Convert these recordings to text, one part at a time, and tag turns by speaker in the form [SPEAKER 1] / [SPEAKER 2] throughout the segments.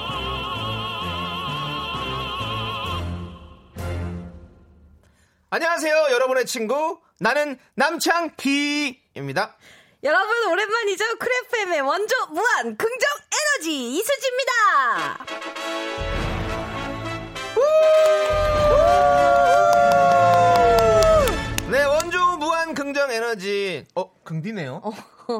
[SPEAKER 1] 안녕하세요, 여러분의 친구. 나는 남창희입니다.
[SPEAKER 2] 여러분 오랜만이죠? 크래프엠의 원조 무한 긍정 에너지 이수지입니다.
[SPEAKER 1] 네, 원조 무한 긍정 에너지. 어, 긍디네요.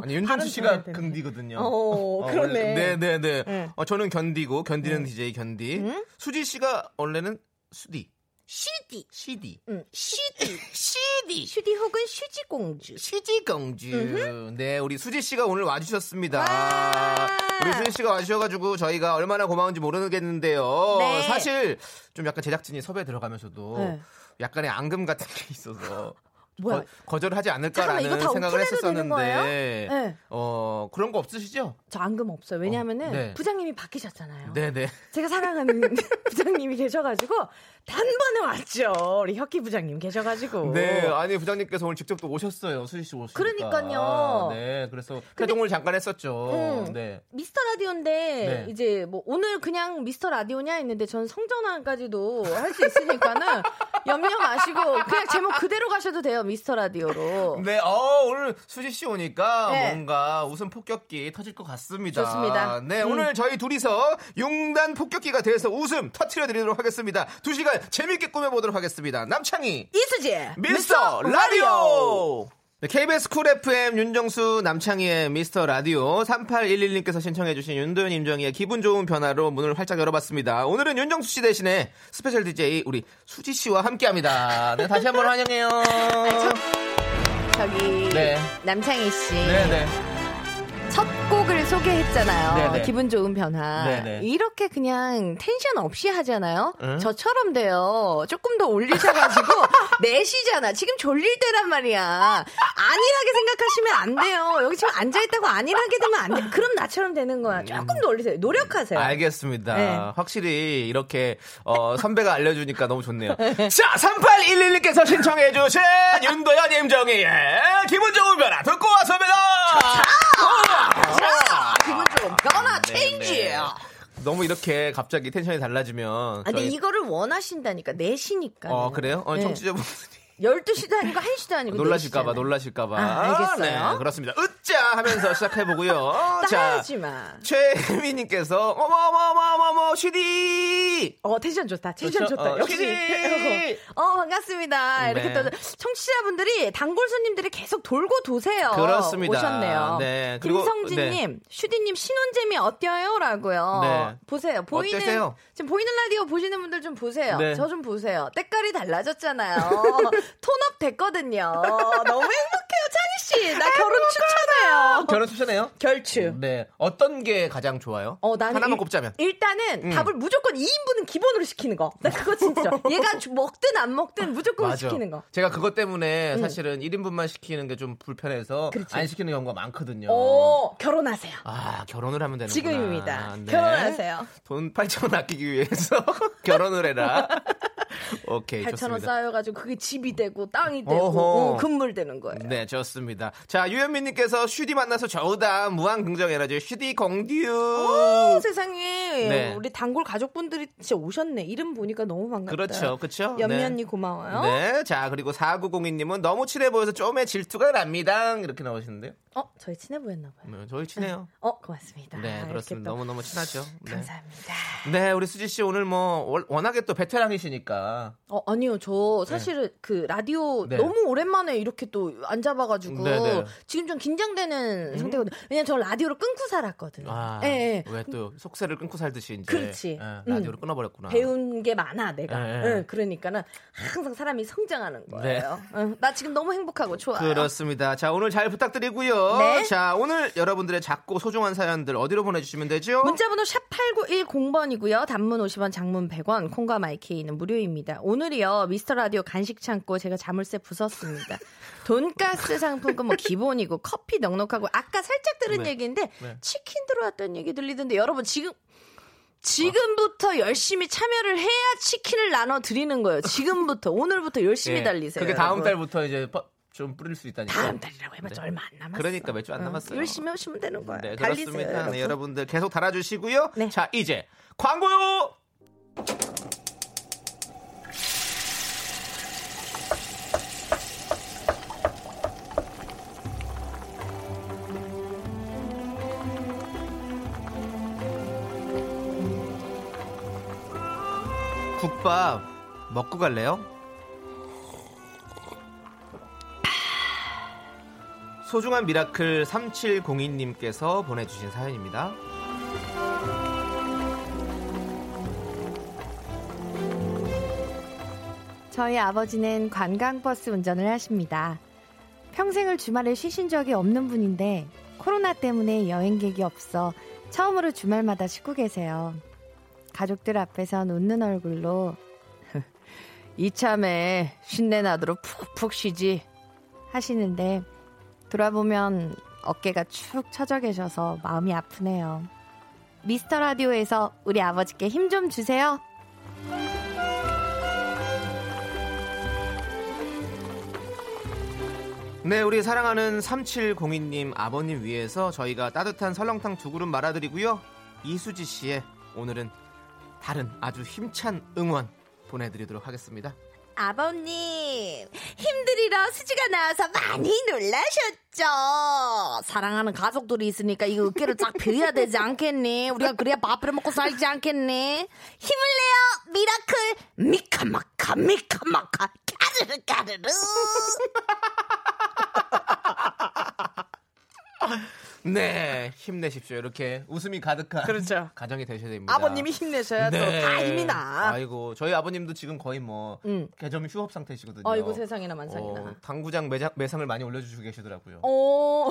[SPEAKER 1] 아니, 윤정수
[SPEAKER 2] 발음
[SPEAKER 1] 씨가
[SPEAKER 2] 들어야 되네.
[SPEAKER 1] 긍디거든요.
[SPEAKER 2] 어, 그러네. 네. 음?
[SPEAKER 1] 네, 네, 네.
[SPEAKER 2] 응.
[SPEAKER 1] 어, 저는 견디고, 견디는 DJ 견디. 수지 씨가 원래는 수디.
[SPEAKER 2] 슈디,
[SPEAKER 1] 시디.
[SPEAKER 2] 응, 슈디,
[SPEAKER 1] 시디.
[SPEAKER 2] 슈디 혹은 슈지 공주.
[SPEAKER 1] 시지공주. 네, 우리 수지 씨가 오늘 와주셨습니다.
[SPEAKER 2] 와.
[SPEAKER 1] 우리 수지 씨가 와주셔가지고 저희가 얼마나 고마운지 모르겠는데요.
[SPEAKER 2] 네.
[SPEAKER 1] 사실 좀 약간 제작진이 섭외 들어가면서도
[SPEAKER 2] 네.
[SPEAKER 1] 약간의 앙금 같은 게 있어서
[SPEAKER 2] 뭐야?
[SPEAKER 1] 거, 절을 하지
[SPEAKER 2] 잠깐만, 이거
[SPEAKER 1] 않을까라는
[SPEAKER 2] 다
[SPEAKER 1] 생각을
[SPEAKER 2] 오픈해도 되는
[SPEAKER 1] 했었었는데
[SPEAKER 2] 거예요? 네.
[SPEAKER 1] 어 그런 거 없으시죠?
[SPEAKER 2] 저 앙금 없어요. 왜냐하면은
[SPEAKER 1] 어, 네.
[SPEAKER 2] 부장님이 바뀌셨잖아요.
[SPEAKER 1] 네네.
[SPEAKER 2] 제가 사랑하는 부장님이 계셔가지고 단번에 왔죠. 우리 혁기 부장님 계셔가지고.
[SPEAKER 1] 네, 아니 부장님께서 오늘 직접 또 오셨어요. 수지 씨 오시니까.
[SPEAKER 2] 어. 그러니까요.
[SPEAKER 1] 네, 그래서 회동을 잠깐 했었죠.
[SPEAKER 2] 음.
[SPEAKER 1] 네.
[SPEAKER 2] 미스터 라디오인데
[SPEAKER 1] 네.
[SPEAKER 2] 이제 뭐 오늘 그냥 미스터 라디오냐 했는데 전 성전환까지도 할 수 있으니까는 염려 마시고 그냥 제목 그대로 가셔도 돼요 미스터 라디오로
[SPEAKER 1] 네, 어, 오늘 수지 씨 오니까
[SPEAKER 2] 네.
[SPEAKER 1] 뭔가 웃음 폭격기 터질 것 같습니다.
[SPEAKER 2] 좋습니다.
[SPEAKER 1] 네,
[SPEAKER 2] 음.
[SPEAKER 1] 오늘 저희 둘이서 용단 폭격기가 돼서 웃음 터트려 드리도록 하겠습니다. 두 시간 재밌게 꾸며보도록 하겠습니다. 남창희,
[SPEAKER 2] 이수지
[SPEAKER 1] 미스터 라디오! 네, KBS 쿨 FM 윤정수 남창희의 미스터 라디오 3811님께서 신청해주신 윤도현 임정희의 기분 좋은 변화로 문을 활짝 열어봤습니다. 오늘은 윤정수 씨 대신에 스페셜 DJ 우리 수지 씨와 함께합니다. 네, 다시 한번 환영해요. 아,
[SPEAKER 2] 저기
[SPEAKER 1] 네.
[SPEAKER 2] 남창희
[SPEAKER 1] 네,
[SPEAKER 2] 씨첫
[SPEAKER 1] 네.
[SPEAKER 2] 곡을 소개했잖아요
[SPEAKER 1] 네네.
[SPEAKER 2] 기분 좋은 변화
[SPEAKER 1] 네네.
[SPEAKER 2] 이렇게 그냥 텐션 없이 하잖아요
[SPEAKER 1] 응?
[SPEAKER 2] 저처럼 돼요 조금 더 올리셔가지고 4시잖아 지금 졸릴 때란 말이야 안일하게 생각하시면 안 돼요 여기 지금 앉아있다고 안일하게 되면 안돼 그럼 나처럼 되는 거야 조금 더 올리세요 노력하세요
[SPEAKER 1] 음. 알겠습니다.
[SPEAKER 2] 네.
[SPEAKER 1] 확실히 이렇게 어, 선배가 알려주니까 너무 좋네요. 자, 3811님께서 신청해주신 윤도현 임정희의 기분 좋은 변화 듣고 왔습니다.
[SPEAKER 2] 자, 기분 좋은 변화 체인지
[SPEAKER 1] 네, 네. 너무 이렇게 갑자기 텐션이 달라지면
[SPEAKER 2] 아, 근데
[SPEAKER 1] 저희-
[SPEAKER 2] 이거를 원하신다니까 4시니까
[SPEAKER 1] 어 그래요? 어,
[SPEAKER 2] 네.
[SPEAKER 1] 청취자분들이
[SPEAKER 2] 12시도 아니고 1시도 아니고
[SPEAKER 1] 놀라실까봐
[SPEAKER 2] 4시잖아요.
[SPEAKER 1] 놀라실까봐
[SPEAKER 2] 아, 알겠어요.
[SPEAKER 1] 네, 그렇습니다. 으짜 하면서 시작해보고요. 자,
[SPEAKER 2] 따라하지 마.
[SPEAKER 1] 최혜민님께서 어머 어머 어머 어머 쉬디
[SPEAKER 2] 어, 텐션 좋다. 텐션
[SPEAKER 1] 그렇죠?
[SPEAKER 2] 좋다.
[SPEAKER 1] 어,
[SPEAKER 2] 역시.
[SPEAKER 1] 역시.
[SPEAKER 2] 어, 반갑습니다. 이렇게
[SPEAKER 1] 네.
[SPEAKER 2] 또 청취자분들이 단골 손님들이 계속 돌고 도세요.
[SPEAKER 1] 그렇습니다.
[SPEAKER 2] 오셨네요.
[SPEAKER 1] 네, 그리고-
[SPEAKER 2] 김성진님, 슈디님 신혼재미 어때요라고요.
[SPEAKER 1] 네.
[SPEAKER 2] 보세요. 보이는
[SPEAKER 1] 어때세요?
[SPEAKER 2] 지금 보이는 라디오 보시는 분들 좀 보세요.
[SPEAKER 1] 네.
[SPEAKER 2] 저 좀 보세요. 때깔이 달라졌잖아요. 톤업 됐거든요. 너무 행복해요, 창희 씨. 나 결혼 추천해요.
[SPEAKER 1] 결혼 추천해요?
[SPEAKER 2] 결추.
[SPEAKER 1] 네. 어떤 게 가장 좋아요?
[SPEAKER 2] 어, 나는
[SPEAKER 1] 하나만
[SPEAKER 2] 일-
[SPEAKER 1] 꼽자면. 음.
[SPEAKER 2] 일단은 밥을 무조건 2인분은 기본으로 시키는 거. 나 그거 진짜. 얘가 주- 먹든 안 먹든 무조건 시키는 거. 음.
[SPEAKER 1] 제가 그것 때문에 사실은 1인분만 시키는 게 좀 불편해서 안 시키는 경우가 많거든요.
[SPEAKER 2] 그렇죠. 오, 어, 결혼하세요.
[SPEAKER 1] 아, 결혼을 하면 되는구나.
[SPEAKER 2] 지금입니다.
[SPEAKER 1] 네.
[SPEAKER 2] 결혼하세요.
[SPEAKER 1] 돈 8천원 아끼기 위해서 결혼을 해라. 오케이,
[SPEAKER 2] 8,000원
[SPEAKER 1] 네, 좋습니다.
[SPEAKER 2] 쌓여가지고 그게 집이 되고 땅이 되고
[SPEAKER 1] 어허.
[SPEAKER 2] 어, 건물 되는 거예요.
[SPEAKER 1] 네, 좋습니다. 자, 유현민 님께서 슈디 만나서 저우다 무한 긍정 에너지 슈디 공듀.
[SPEAKER 2] 오, 어, 세상에
[SPEAKER 1] 네.
[SPEAKER 2] 우리 단골 가족분들이 진짜 오셨네. 이름 보니까 너무 반갑다.
[SPEAKER 1] 그렇죠. 그렇죠?
[SPEAKER 2] 연미
[SPEAKER 1] 네.
[SPEAKER 2] 언니 고마워요.
[SPEAKER 1] 네. 자, 그리고 4902님은 너무 친해 보여서 좀의 질투가 납니다. 이렇게 나오시는데요.
[SPEAKER 2] 어, 저희 친해 보였나 봐요.
[SPEAKER 1] 네, 저희 친해요.
[SPEAKER 2] 어, 고맙습니다.
[SPEAKER 1] 네,
[SPEAKER 2] 이렇게
[SPEAKER 1] 그렇습니다.
[SPEAKER 2] 또
[SPEAKER 1] 너무너무 친하죠. 네.
[SPEAKER 2] 감사합니다.
[SPEAKER 1] 네, 우리 수지 씨 오늘 뭐 월- 워낙에 또 베테랑이시니까.
[SPEAKER 2] 어, 아니요. 저 사실은 그 라디오
[SPEAKER 1] 네.
[SPEAKER 2] 너무 오랜만에 이렇게 또 앉아봐가지고
[SPEAKER 1] 네, 네.
[SPEAKER 2] 지금 좀 긴장되는 상태거든요. 왜냐면 저 라디오를 끊고 살았거든요.
[SPEAKER 1] 아,
[SPEAKER 2] 예, 예.
[SPEAKER 1] 왜 또 속세를 끊고 살듯이 이제
[SPEAKER 2] 그렇지. 음.
[SPEAKER 1] 예, 라디오를 끊어버렸구나.
[SPEAKER 2] 배운 게 많아, 내가.
[SPEAKER 1] 네, 네.
[SPEAKER 2] 예, 그러니까는 항상 사람이 성장하는 거예요. 응, 나 지금 너무 행복하고 좋아요.
[SPEAKER 1] 그렇죠. 그렇습니다. 자, 오늘 잘 부탁드리고요.
[SPEAKER 2] 네.
[SPEAKER 1] 자, 오늘 여러분들의 작고 소중한 사연들 어디로 보내주시면 되죠?
[SPEAKER 2] 문자번호 샵 8910번이고요. 단문 50원, 장문 100원, 콩과 마이케이는 무료입니다. 드립니다. 오늘이요 미스터 라디오 간식 창고 제가 자물쇠 부쉈습니다. 돈가스 상품권 뭐 기본이고 커피 넉넉하고 아까 살짝 들은
[SPEAKER 1] 네.
[SPEAKER 2] 얘기인데
[SPEAKER 1] 네. 어.
[SPEAKER 2] 치킨 들어왔다는 얘기 들리던데 여러분 지금 지금부터 열심히 참여를 해야 치킨을 나눠 드리는 거예요. 지금부터 오늘부터 열심히
[SPEAKER 1] 예.
[SPEAKER 2] 달리세요.
[SPEAKER 1] 그게 다음
[SPEAKER 2] 여러분.
[SPEAKER 1] 달부터 이제 뻗- 좀 뿌릴 수 있다니까.
[SPEAKER 2] 다음 달이라고 해봤자 얼마 안 남았어.
[SPEAKER 1] 그러니까 몇주안
[SPEAKER 2] 어,
[SPEAKER 1] 남았어요.
[SPEAKER 2] 열심히 하시면 되는 거예요.
[SPEAKER 1] 네,
[SPEAKER 2] 달리세요.
[SPEAKER 1] 그렇습니다.
[SPEAKER 2] 여러분.
[SPEAKER 1] 여러분. 네, 여러분들 계속 달아주시고요.
[SPEAKER 2] 네.
[SPEAKER 1] 자, 이제 광고요! 국밥 먹고 갈래요? 소중한 미라클 3702님께서 보내주신 사연입니다.
[SPEAKER 2] 저희 아버지는 관광버스 운전을 하십니다. 평생을 주말에 쉬신 적이 없는 분인데 코로나 때문에 여행객이 없어 처음으로 주말마다 쉬고 계세요. 가족들 앞에선 웃는 얼굴로 이참에 쉰내 나도록 푹푹 쉬지 하시는데 돌아보면 어깨가 축 처져 계셔서 마음이 아프네요. 미스터 라디오에서 우리 아버지께 힘 좀 주세요.
[SPEAKER 1] 네, 우리 사랑하는 3702님 아버님 위해서 저희가 따뜻한 설렁탕 두 그릇 말아드리고요. 이수지 씨의 오늘은 다른 아주 힘찬 응원 보내드리도록 하겠습니다.
[SPEAKER 2] 아버님, 힘들이라 수지가 나와서 많이 놀라셨죠? 사랑하는 가족들이 있으니까 이거 어깨를 쫙 펴야 되지 않겠니? 우리가 그래야 밥을 먹고 살지 않겠니? 힘을 내요, 미라클! 미카마카, 미카마카, 까르르, 까르르!
[SPEAKER 1] 네, 힘내십시오. 이렇게 웃음이 가득한
[SPEAKER 2] 그렇죠.
[SPEAKER 1] 가정이 되셔야 됩니다.
[SPEAKER 2] 아버님이 힘내셔야
[SPEAKER 1] 네.
[SPEAKER 2] 또다 힘이 나.
[SPEAKER 1] 아이고, 저희 아버님도 지금 거의 뭐
[SPEAKER 2] 음.
[SPEAKER 1] 개점 휴업 상태시거든요.
[SPEAKER 2] 아이고, 세상에나 만상이나.
[SPEAKER 1] 어, 당구장 매장, 매상을 많이 올려주시고 계시더라고요.
[SPEAKER 2] 어,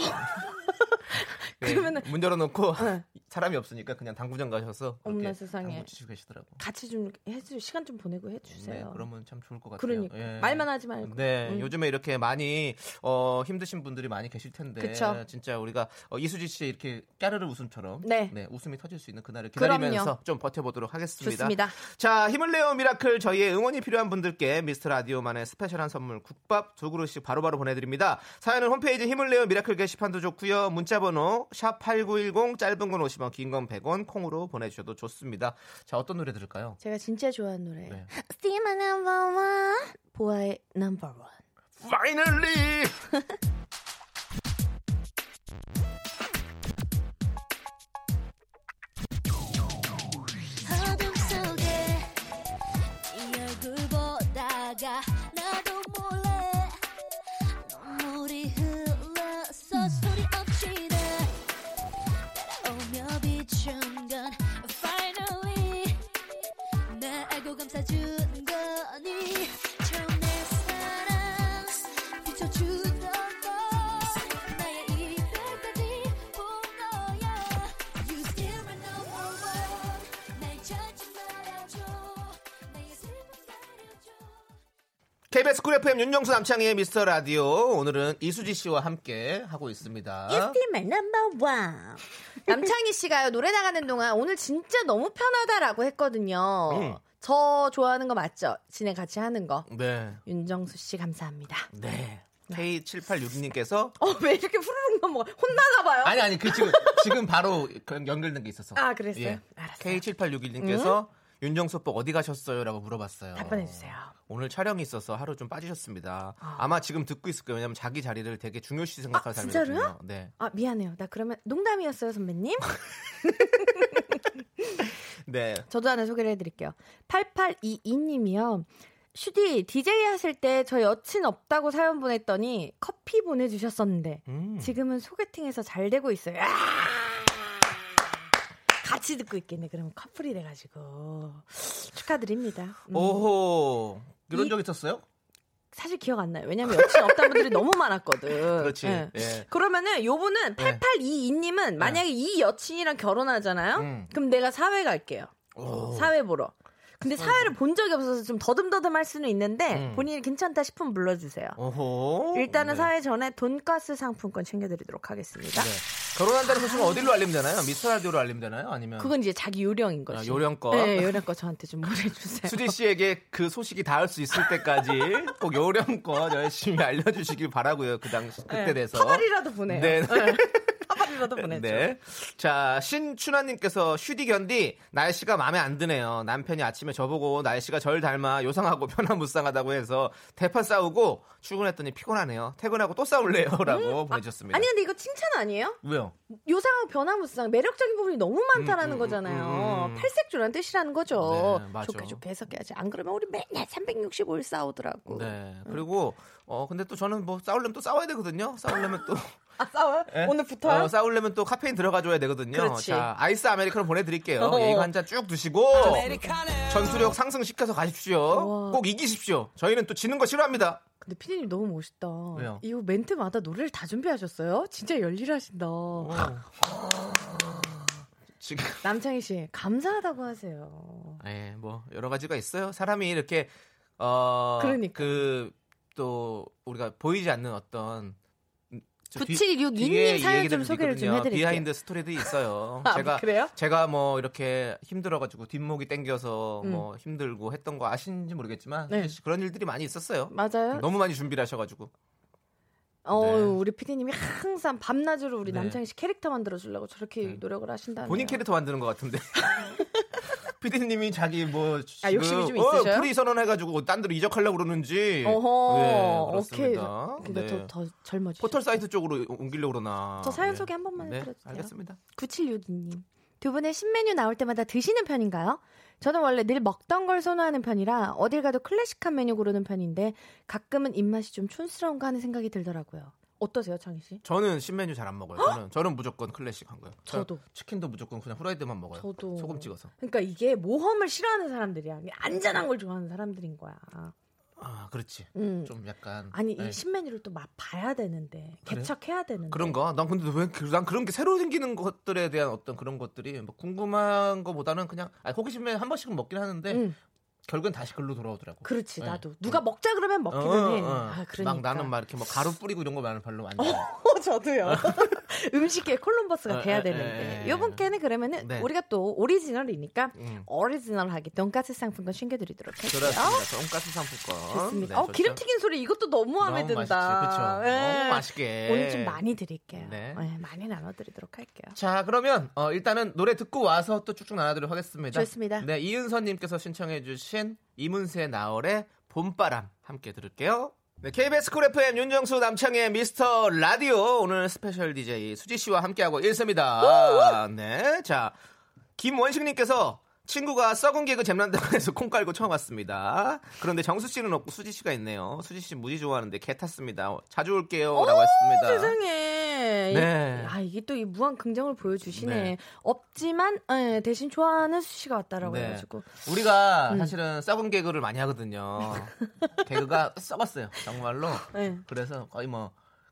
[SPEAKER 1] 네,
[SPEAKER 2] 그러면은- 네.
[SPEAKER 1] 문 열어놓고 사람이 없으니까 그냥 당구장 가셔서
[SPEAKER 2] 어머나
[SPEAKER 1] 그렇게
[SPEAKER 2] 세상에.
[SPEAKER 1] 당구 치시고 계시더라고.
[SPEAKER 2] 같이 좀 해주, 시간 좀 보내고
[SPEAKER 1] 네,
[SPEAKER 2] 해주세요.
[SPEAKER 1] 그러면 참 좋을 것 같아요.
[SPEAKER 2] 그러니까.
[SPEAKER 1] 예.
[SPEAKER 2] 말만 음. 하지 말고.
[SPEAKER 1] 네, 요즘에 이렇게 많이 어, 힘드신 분들이 많이 계실 텐데,
[SPEAKER 2] 그쵸.
[SPEAKER 1] 진짜 우리가 어, 이수지 씨의 이렇게 까르르 웃음처럼,
[SPEAKER 2] 네.
[SPEAKER 1] 웃음이 터질 수 있는 그날을 기다리면서
[SPEAKER 2] 그럼요.
[SPEAKER 1] 좀 버텨보도록 하겠습니다.
[SPEAKER 2] 좋습니다.
[SPEAKER 1] 자, 힘을 내요 미라클 저희의 응원이 필요한 분들께 미스터 라디오만의 스페셜한 선물 국밥 두 그릇씩 바로바로 보내드립니다. 사연은 홈페이지 힘을 내요 미라클 게시판도 좋고요. 문자번호 샵 #8910 짧은 건 50원, 긴 건 100원 콩으로 보내주셔도 좋습니다. 자, 어떤 노래 들을까요?
[SPEAKER 2] 제가 진짜 좋아하는 노래.
[SPEAKER 1] 네.
[SPEAKER 2] Still my number one. 보아의 number one.
[SPEAKER 1] Finally.
[SPEAKER 3] 어둠 속에 네 얼굴 보다가 나도 몰래 눈물이 흘러서 소리 없이 나 따라오며 비춘 건 finally 날 알고 감싸준 거니 처음 내 사랑 비춰주던 너 나의 이별까지 본 거야 You still my number one 날 찾지 말아줘 나의 슬픔 가려줘
[SPEAKER 1] KBS 쿨 FM 윤정수 남창희의 미스터 라디오 오늘은 이수지 씨와 함께 하고 있습니다.
[SPEAKER 2] my number one. 어? 남창희 씨가요 노래 나가는 동안 오늘 진짜 너무 편하다라고 했거든요.
[SPEAKER 1] 음.
[SPEAKER 2] 저 좋아하는 거 맞죠? 진행 같이 하는 거.
[SPEAKER 1] 네.
[SPEAKER 2] 윤정수 씨 감사합니다.
[SPEAKER 1] 네. K7862님께서
[SPEAKER 2] 어 왜 이렇게 후루룩 넘어가? 혼나나 봐요.
[SPEAKER 1] 아니 아니 그 지금 지금 바로 그 연결된 게 있었어.
[SPEAKER 2] 아, 그랬어요? 알았어요. 음?
[SPEAKER 1] K7861님께서 윤정수 오빠 어디 가셨어요라고 물어봤어요.
[SPEAKER 2] 답변해 주세요.
[SPEAKER 1] 오늘 촬영이 있어서 하루 좀 빠지셨습니다. 아마 지금 듣고 있을 거예요. 왜냐면 자기 자리를 되게 중요시 생각하는
[SPEAKER 2] 아,
[SPEAKER 1] 사람이거든요.
[SPEAKER 2] 진짜로요?
[SPEAKER 1] 네.
[SPEAKER 2] 아 미안해요. 나 그러면 농담이었어요 선배님.
[SPEAKER 1] 네.
[SPEAKER 2] 저도 하나 소개를 해드릴게요. 8822님이요. 슈디, DJ 하실 때 저 여친 없다고 사연 보냈더니 커피 보내주셨었는데
[SPEAKER 1] 음.
[SPEAKER 2] 지금은 소개팅에서 잘 되고 있어요. 아! 같이 듣고 있겠네. 그러면 커플이 돼가지고. 축하드립니다. 음,
[SPEAKER 1] 오호. 이런
[SPEAKER 2] 이-
[SPEAKER 1] 적 있었어요?
[SPEAKER 2] 사실 기억 안 나요. 왜냐면 여친 없다는 분들이 너무 많았거든.
[SPEAKER 1] 그렇지.
[SPEAKER 2] 예.
[SPEAKER 1] 예.
[SPEAKER 2] 그러면은 요분은
[SPEAKER 1] 네.
[SPEAKER 2] 8822님은 만약에 이 여친이랑 결혼하잖아요?
[SPEAKER 1] 음.
[SPEAKER 2] 그럼 내가 사회 갈게요.
[SPEAKER 1] 오.
[SPEAKER 2] 사회 보러. 근데 사회를 본 적이 없어서 좀 더듬더듬할 수는 있는데
[SPEAKER 1] 음.
[SPEAKER 2] 본인이 괜찮다 싶으면 불러주세요.
[SPEAKER 1] 오호.
[SPEAKER 2] 일단은
[SPEAKER 1] 네.
[SPEAKER 2] 사회 전에 돈가스 상품권 챙겨드리도록 하겠습니다.
[SPEAKER 1] 네. 결혼한다는 소식은 어디로 알리면 되나요? 미스터 라디오로 알리면 되나요? 아니면
[SPEAKER 2] 그건 이제 자기 요령인 거지.
[SPEAKER 1] 아, 요령 거.
[SPEAKER 2] 네, 요령 거 저한테 좀 보내주세요.
[SPEAKER 1] 수지 씨에게 그 소식이 닿을 수 있을 때까지 꼭 요령껏 열심히 알려주시길 바라고요. 그
[SPEAKER 2] 네.
[SPEAKER 1] 당시 그때 돼서.
[SPEAKER 2] 파발이라도 보내요.
[SPEAKER 1] 네.
[SPEAKER 2] 파발이라도 보내죠.
[SPEAKER 1] 네. 자, 신춘하님께서 휴디 견디 날씨가 마음에 안 드네요. 남편이 아침에 저보고 날씨가 절 닮아 요상하고 편안무쌍하다고 해서 대판 싸우고 출근했더니 피곤하네요. 퇴근하고 또 싸울래요라고 보내주셨습니다.
[SPEAKER 2] 음? 아니 근데 이거 칭찬 아니에요?
[SPEAKER 1] 왜요?
[SPEAKER 2] 요상하고 변화무쌍 매력적인 부분이 너무
[SPEAKER 1] 음,
[SPEAKER 2] 많다라는 거잖아요. 팔색조란 뜻이라는 거죠.
[SPEAKER 1] 네, 맞아.
[SPEAKER 2] 좋게 좋게 해석해야지. 안 그러면 우리 맨날 365일 싸우더라고.
[SPEAKER 1] 네. 그리고 어 근데 또 저는 뭐 싸우려면 또 싸워야 되거든요. 싸우려면 또
[SPEAKER 2] 아 싸워요?
[SPEAKER 1] 예?
[SPEAKER 2] 오늘부터요?
[SPEAKER 1] 어, 싸우려면 또 카페인 들어가 줘야 되거든요.
[SPEAKER 2] 그렇지.
[SPEAKER 1] 자, 아이스 아메리카노 보내 드릴게요. 예,
[SPEAKER 2] 어.
[SPEAKER 1] 이거 한 잔 쭉 드시고 전투력 상승시켜서 가십시오.
[SPEAKER 2] 우와.
[SPEAKER 1] 꼭 이기십시오. 저희는 또 지는 거 싫어합니다.
[SPEAKER 2] 근데 피디님 너무 멋있다.
[SPEAKER 1] 왜요?
[SPEAKER 2] 이거 멘트마다 노래를 다 준비하셨어요? 진짜 열일하신다.
[SPEAKER 1] 어. 지금
[SPEAKER 2] 남창희 씨 감사하다고 하세요.
[SPEAKER 1] 예, 뭐 여러 가지가 있어요. 사람이 이렇게 어
[SPEAKER 2] 그러니까.
[SPEAKER 1] 그또 우리가 보이지 않는 어떤 저 뒤-
[SPEAKER 2] 9762
[SPEAKER 1] 뒤에
[SPEAKER 2] 님 사연
[SPEAKER 1] 얘기가
[SPEAKER 2] 좀 소개를 좀
[SPEAKER 1] 있거든요.
[SPEAKER 2] 해드릴게요.
[SPEAKER 1] 비하인드 스토리도 있어요.
[SPEAKER 2] 아,
[SPEAKER 1] 제가
[SPEAKER 2] 그래요?
[SPEAKER 1] 제가 뭐 이렇게 힘들어가지고 뒷목이 땡겨서 뭐 힘들고 했던 거 아시는지 모르겠지만
[SPEAKER 2] 음. 네.
[SPEAKER 1] 그런 일들이 많이 있었어요.
[SPEAKER 2] 맞아요?
[SPEAKER 1] 너무 많이 준비를 하셔가지고
[SPEAKER 2] 어,
[SPEAKER 1] 네.
[SPEAKER 2] 우리 피디님이 항상 밤낮으로 우리
[SPEAKER 1] 네.
[SPEAKER 2] 남창희 씨 캐릭터 만들어 주려고 저렇게 노력을 아, 하신다네요.
[SPEAKER 1] 본인 캐릭터 만드는 것 같은데. 피디님이 자기 뭐 지금
[SPEAKER 2] 아, 욕심이 좀
[SPEAKER 1] 어,
[SPEAKER 2] 있으셔요?
[SPEAKER 1] 프리 선언해가지고 딴 데로 이적하려고 그러는지.
[SPEAKER 2] 어허.
[SPEAKER 1] 네,
[SPEAKER 2] 오케이.
[SPEAKER 1] 그렇습니다.
[SPEAKER 2] 그러니까
[SPEAKER 1] 네.
[SPEAKER 2] 더, 더 젊어지죠.
[SPEAKER 1] 포털 사이트 쪽으로 옮기려고 그러나.
[SPEAKER 2] 저 사연
[SPEAKER 1] 네.
[SPEAKER 2] 소개 한 번만
[SPEAKER 1] 네,
[SPEAKER 2] 해드려도 돼요?
[SPEAKER 1] 알겠습니다.
[SPEAKER 2] 9762님. 두 분은 신메뉴 나올 때마다 드시는 편인가요? 저는 원래 늘 먹던 걸 선호하는 편이라 어딜 가도 클래식한 메뉴 고르는 편인데 가끔은 입맛이 좀 촌스러운가 하는 생각이 들더라고요. 어떠세요, 창희 씨?
[SPEAKER 1] 저는 신메뉴 잘 안 먹어요. 저는 저는 무조건 클래식 한 거예요. 저는
[SPEAKER 2] 저도.
[SPEAKER 1] 치킨도 무조건 그냥 후라이드만 먹어요.
[SPEAKER 2] 저도.
[SPEAKER 1] 소금 찍어서.
[SPEAKER 2] 그러니까 이게 모험을 싫어하는 사람들이야. 이게 안전한 걸 좋아하는 사람들인 거야.
[SPEAKER 1] 아 그렇지.
[SPEAKER 2] 음.
[SPEAKER 1] 좀 약간
[SPEAKER 2] 아니
[SPEAKER 1] 네.
[SPEAKER 2] 이 신메뉴를 또 맛봐야 되는데
[SPEAKER 1] 그래요?
[SPEAKER 2] 개척해야 되는데
[SPEAKER 1] 그런 거. 난 근데 왜난 그런 게 새로 생기는 것들에 대한 어떤 그런 것들이 뭐 궁금한 거보다는 그냥 아, 호기심에 한 번씩은 먹긴 하는데
[SPEAKER 2] 응.
[SPEAKER 1] 결국엔 다시 글로 돌아오더라고.
[SPEAKER 2] 음. 그렇지
[SPEAKER 1] 네.
[SPEAKER 2] 나도 누가 먹자 그러면 먹기는
[SPEAKER 1] 어,
[SPEAKER 2] 해.
[SPEAKER 1] 어, 어.
[SPEAKER 2] 아, 그러니까.
[SPEAKER 1] 막 나는 막 이렇게 뭐 가루 뿌리고 이런 거 나는 별로 안 좋아해.
[SPEAKER 2] 어, 저도요. 음식계 콜럼버스가
[SPEAKER 1] 어,
[SPEAKER 2] 돼야
[SPEAKER 1] 에,
[SPEAKER 2] 되는데
[SPEAKER 1] 에, 에.
[SPEAKER 2] 요번께는 그러면은
[SPEAKER 1] 네.
[SPEAKER 2] 우리가 또 오리지널이니까
[SPEAKER 1] 음.
[SPEAKER 2] 오리지널하게 돈가스 상품권 챙겨드리도록 할게요.
[SPEAKER 1] 그렇습니다. 돈가스 상품권.
[SPEAKER 2] 좋습니다.
[SPEAKER 1] 네,
[SPEAKER 2] 어,
[SPEAKER 1] 좋죠.
[SPEAKER 2] 기름 튀긴 소리 이것도 너무 마음에
[SPEAKER 1] 너무
[SPEAKER 2] 든다.
[SPEAKER 1] 맛있지, 그쵸?
[SPEAKER 2] 예.
[SPEAKER 1] 너무 맛있게.
[SPEAKER 2] 오늘 좀 많이 드릴게요.
[SPEAKER 1] 네.
[SPEAKER 2] 예, 많이 나눠드리도록 할게요.
[SPEAKER 1] 자, 그러면 어, 일단은 노래 듣고 와서 또 쭉쭉 나눠드리도록 하겠습니다.
[SPEAKER 2] 좋습니다.
[SPEAKER 1] 네, 이은서님께서 신청해주신 이문세 나월의 봄바람 함께 들을게요. 네, KBS 쿨 FM 윤정수 남창의 미스터 라디오 오늘 스페셜 DJ 수지 씨와 함께하고 있습니다. 네, 자 김원식님께서 친구가 썩은 개그 잼난다고 해서 콩 깔고 처음 왔습니다. 그런데 정수 씨는 없고 수지 씨가 있네요. 수지 씨 무지 좋아하는데 개 탔습니다. 자주 올게요라고 했습니다.
[SPEAKER 2] 세상에.
[SPEAKER 1] 네.
[SPEAKER 2] 이- 아, 이게 또 이 무한 긍정을 보여주시네.
[SPEAKER 1] 네.
[SPEAKER 2] 없지만, 예, 대신 좋아하는 수씨가 왔다라고 해가지고.
[SPEAKER 1] 네.
[SPEAKER 2] 음.
[SPEAKER 1] 우리가 사실은 썩은 개그를 많이 하거든요. 개그가 썩었어요. 정말로.
[SPEAKER 2] 네.
[SPEAKER 1] 그래서 거의 뭐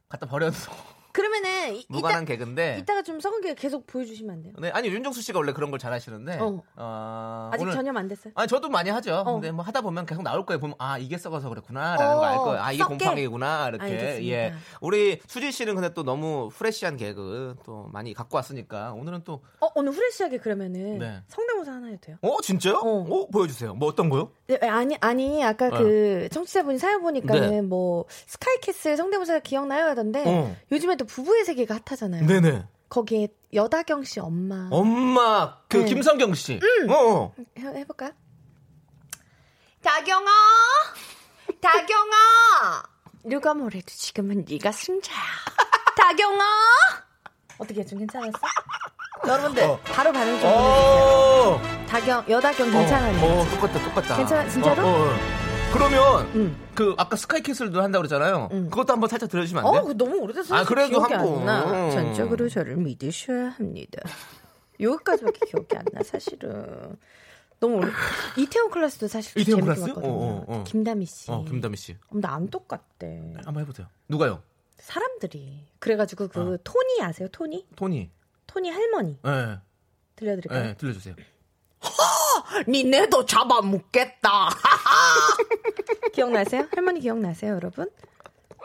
[SPEAKER 1] 갖다 버려서
[SPEAKER 2] 그러면은, 이-
[SPEAKER 1] 무관한
[SPEAKER 2] 이따,
[SPEAKER 1] 개그인데.
[SPEAKER 2] 이따가 좀 썩은 게 계속 보여주시면 안 돼요?
[SPEAKER 1] 네, 아니 윤정수 씨가 원래 그런 걸 잘하시는데.
[SPEAKER 2] 어.
[SPEAKER 1] 어.
[SPEAKER 2] 아직
[SPEAKER 1] 오늘-
[SPEAKER 2] 전염 안 됐어요?
[SPEAKER 1] 아니 저도 많이 하죠. 근데 뭐 하다 보면 계속 나올 거예요. 보면 아 이게 썩어서 그랬구나라는 걸 알
[SPEAKER 2] 어,
[SPEAKER 1] 거예요. 아 이게
[SPEAKER 2] 썩게.
[SPEAKER 1] 곰팡이구나 이렇게.
[SPEAKER 2] 알겠습니다.
[SPEAKER 1] 예. 우리 수지 씨는 근데 또 너무 프레시한 개그 또 많이 갖고 왔으니까 오늘은 또
[SPEAKER 2] 어, 오늘 후레쉬하게 그러면은
[SPEAKER 1] 네.
[SPEAKER 2] 성대모사 하나 해도 돼요?
[SPEAKER 1] 어, 진짜요?
[SPEAKER 2] 어.
[SPEAKER 1] 어, 보여주세요. 뭐 어떤 거요?
[SPEAKER 2] 네, 아니 아니 아까 그 청취자분이 사연 보니까는
[SPEAKER 1] 네.
[SPEAKER 2] 뭐 스카이캐슬 성대모사 기억나요 하던데
[SPEAKER 1] 어.
[SPEAKER 2] 요즘에 또 부부의 세계가 핫하잖아요.
[SPEAKER 1] 네네.
[SPEAKER 2] 거기에 여다경 씨 엄마
[SPEAKER 1] 엄마 그
[SPEAKER 2] 네.
[SPEAKER 1] 김성경 씨. 어, 어.
[SPEAKER 2] 해, 볼까요 다경아, 다경아. 누가 뭐래도 지금은 네가 승자야. 다경아. 어떻게 좀 괜찮았어? 여러분들
[SPEAKER 1] 어.
[SPEAKER 2] 바로 반응 좀 보내주세요.
[SPEAKER 1] 어.
[SPEAKER 2] 다경 여다경 괜찮았네.
[SPEAKER 1] 어, 어, 똑같다, 똑같다.
[SPEAKER 2] 괜찮아, 진짜로?
[SPEAKER 1] 어, 어. 그러면
[SPEAKER 2] 응.
[SPEAKER 1] 그 아까 스카이캐슬도 한다고 그랬잖아요.
[SPEAKER 2] 응.
[SPEAKER 1] 그것도 한번 살짝 들려주시면 안
[SPEAKER 2] 어,
[SPEAKER 1] 돼요?
[SPEAKER 2] 그거 너무 오래돼서
[SPEAKER 1] 아,
[SPEAKER 2] 사실
[SPEAKER 1] 그래도
[SPEAKER 2] 기억이
[SPEAKER 1] 한 번.
[SPEAKER 2] 안 나.
[SPEAKER 1] 음.
[SPEAKER 2] 전적으로 저를 믿으셔야 합니다. 여기까지밖에 기억이 안 나, 사실은. 너무 오래. 이태원 클라스도 사실
[SPEAKER 1] 이태원
[SPEAKER 2] 재밌게
[SPEAKER 1] 클라스?
[SPEAKER 2] 봤거든요.
[SPEAKER 1] 어, 어, 어.
[SPEAKER 2] 김다미 씨.
[SPEAKER 1] 어, 김다미 씨.
[SPEAKER 2] 근데 안 똑같대.
[SPEAKER 1] 한번 해보세요. 누가요?
[SPEAKER 2] 사람들이. 그래가지고 그
[SPEAKER 1] 어.
[SPEAKER 2] 토니 아세요? 토니?
[SPEAKER 1] 토니.
[SPEAKER 2] 토니 할머니
[SPEAKER 1] 예, 네.
[SPEAKER 2] 들려드릴까요?
[SPEAKER 1] 예, 들려주세요.
[SPEAKER 2] 니네도 잡아먹겠다. 기억나세요? 할머니 기억나세요, 여러분?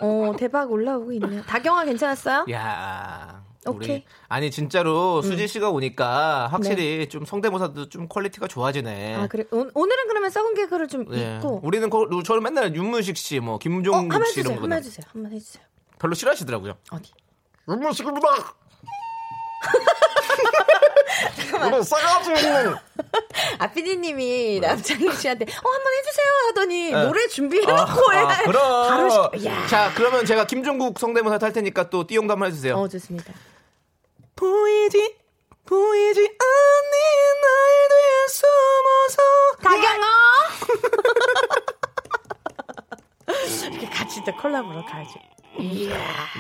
[SPEAKER 2] 어, 대박 올라오고 있네요. 다경아 괜찮았어요?
[SPEAKER 1] 야. 우리
[SPEAKER 2] 오케이.
[SPEAKER 1] 아니 진짜로 수지 씨가 오니까 확실히 좀 성대모사도 좀 퀄리티가 좋아지네.
[SPEAKER 2] 네. 아, 그래. 오- 오늘은 그러면 썩은 개그를 좀
[SPEAKER 1] 예.
[SPEAKER 2] 잊고.
[SPEAKER 1] 우리는 거, 저는 맨날 윤문식 씨, 뭐
[SPEAKER 2] 어,
[SPEAKER 1] 김종국
[SPEAKER 2] 한번
[SPEAKER 1] 씨
[SPEAKER 2] 해주세요.
[SPEAKER 1] 이런
[SPEAKER 2] 한번
[SPEAKER 1] 거는
[SPEAKER 2] 해주세요. 한번 해주세요.
[SPEAKER 1] 별로 싫어하시더라고요.
[SPEAKER 2] 어디?
[SPEAKER 1] 윤문식입니다. 오늘 싸가지고 네.
[SPEAKER 2] 아, 피디님이 남창희 씨한테, 어, 한번 해주세요. 하더니,
[SPEAKER 1] 예.
[SPEAKER 2] 노래 준비해놓고 해.
[SPEAKER 1] 아, 그럼.
[SPEAKER 2] 바로 시켜. 야.
[SPEAKER 1] 자, 그러면 제가 김종국 성대모사 탈 테니까 또 띠용도 한번 해주세요.
[SPEAKER 2] 어, 좋습니다.
[SPEAKER 1] 보이지 보이지 않는 날 뒤에 숨어서
[SPEAKER 2] 다경어! 이렇게 같이 또 콜라보로 가야죠.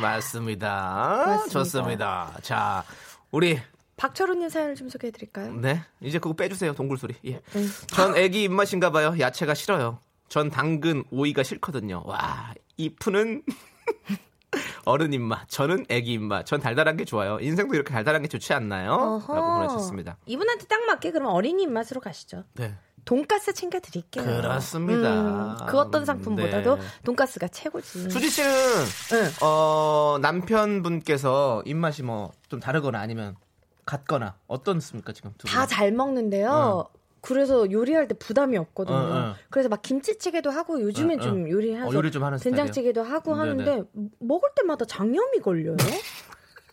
[SPEAKER 1] 맞습니다.
[SPEAKER 2] 맞습니다.
[SPEAKER 1] 좋습니다. 자, 우리
[SPEAKER 2] 박철우님 사연을 좀 소개해드릴까요?
[SPEAKER 1] 네 이제 그거 빼주세요. 동굴 소리. 예. 전 애기 입맛인가 봐요. 야채가 싫어요. 전 당근 오이가 싫거든요. 와 이프는 어른 입맛. 저는 애기 입맛. 전 달달한 게 좋아요. 인생도 이렇게 달달한 게 좋지 않나요?
[SPEAKER 2] 어허.
[SPEAKER 1] 라고 보내셨습니다.
[SPEAKER 2] 이분한테 딱 맞게 그럼 어린이 입맛으로 가시죠.
[SPEAKER 1] 네.
[SPEAKER 2] 돈가스 챙겨드릴게요.
[SPEAKER 1] 그렇습니다.
[SPEAKER 2] 음, 그 어떤 상품보다도
[SPEAKER 1] 네.
[SPEAKER 2] 돈가스가 최고지.
[SPEAKER 1] 수지 씨는
[SPEAKER 2] 네.
[SPEAKER 1] 어, 남편분께서 입맛이 뭐 좀 다르거나 아니면 같거나 어떻습니까 지금 두 분?
[SPEAKER 2] 다 잘 먹는데요. 그래서 요리할 때 부담이 없거든요.
[SPEAKER 1] 어, 어.
[SPEAKER 2] 그래서 막 김치찌개도 하고
[SPEAKER 1] 어,
[SPEAKER 2] 요즘엔
[SPEAKER 1] 어.
[SPEAKER 2] 좀 요리해서
[SPEAKER 1] 어, 요리 좀 하는 스타일이에요? 음,
[SPEAKER 2] 된장찌개도 하고
[SPEAKER 1] 네네.
[SPEAKER 2] 하는데 먹을 때마다 장염이 걸려요.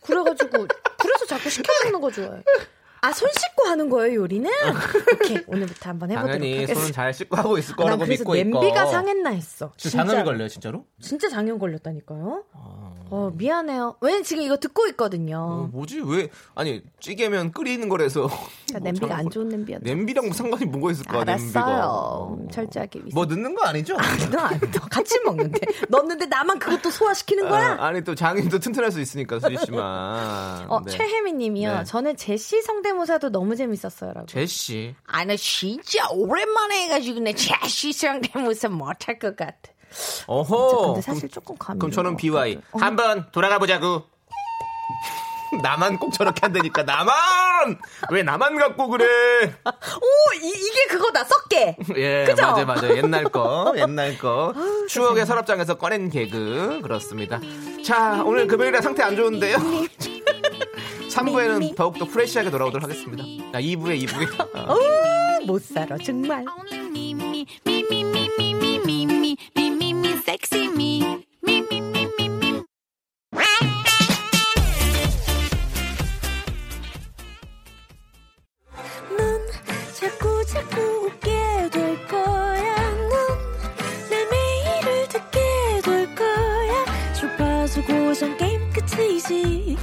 [SPEAKER 2] 그래가지고 그래서 자꾸 시켜 먹는 거 좋아해요. 아 손 씻고 하는 거예요 요리는? 오케이 오늘부터 한번 해보도록
[SPEAKER 1] 어. 당연히
[SPEAKER 2] 하겠습니다.
[SPEAKER 1] 손은 잘 씻고 하고 있을
[SPEAKER 2] 난
[SPEAKER 1] 거라고
[SPEAKER 2] 그래서
[SPEAKER 1] 믿고 있고.
[SPEAKER 2] 냄비가 상했나 했어.
[SPEAKER 1] 지금 장염이 걸려요 진짜로?
[SPEAKER 2] 진짜 장염 걸렸다니까요. 어, 미안해요. 왜냐면 지금 이거 듣고
[SPEAKER 1] 아. 어,
[SPEAKER 2] 있거든요.
[SPEAKER 1] 뭐지 왜 아니 찌개면 끓이는 거라서
[SPEAKER 2] 그러니까 냄비가 안 좋은 냄비야.
[SPEAKER 1] 뭐 냄비랑 상관이 뭐가 있을 거야 냄비가.
[SPEAKER 2] 알았어요. 음, 철저하게 위생.
[SPEAKER 1] 뭐 넣는 거 아니죠?
[SPEAKER 2] 너안 넣어. 같이 먹는데. 넣는데 나만 그것도 소화시키는
[SPEAKER 1] 어,
[SPEAKER 2] 거야?
[SPEAKER 1] 아니 또 장이 또 튼튼할 수 있으니까 수지 씨만.
[SPEAKER 2] 어,
[SPEAKER 1] 네.
[SPEAKER 2] 최혜미 님이요.
[SPEAKER 1] 네.
[SPEAKER 2] 저는 제시 성대모사도 너무 재밌었어요. 라고.
[SPEAKER 1] 제시.
[SPEAKER 2] 아, 나 진짜 오랜만에 해가지고 내 제시 성대모사 못할 것 같아.
[SPEAKER 1] 어허.
[SPEAKER 2] 근데 사실 조금 감이.
[SPEAKER 1] 그럼 저는
[SPEAKER 2] 없거든.
[SPEAKER 1] BY
[SPEAKER 2] 어,
[SPEAKER 1] 한번 돌아가 보자고. 나만 꼭 저렇게 한다니까 나만 왜 나만 갖고 그래?
[SPEAKER 2] 오, 어, 이, 이게 그거다. 썩게.
[SPEAKER 1] 예
[SPEAKER 2] 그죠?
[SPEAKER 1] 맞아 맞아 옛날 거 옛날 거 추억의 서랍장에서 꺼낸 개그 그렇습니다. 자 오늘 금요일에 상태 안 좋은데요. 3부에는 더욱더 프레시하게 돌아오도록 하겠습니다. 아 2부에 2부에
[SPEAKER 2] 오,
[SPEAKER 1] 예.
[SPEAKER 2] 못 살아. 정말.
[SPEAKER 3] Only me, me, me, me, me, me, me, me, me, me, me, me, sexy me. Me, me, me, me, me. 넌 자꾸, 자꾸 웃게 될 거야. 넌내 매일을 듣게 될 거야. 주파수 고정 게임 끝이지.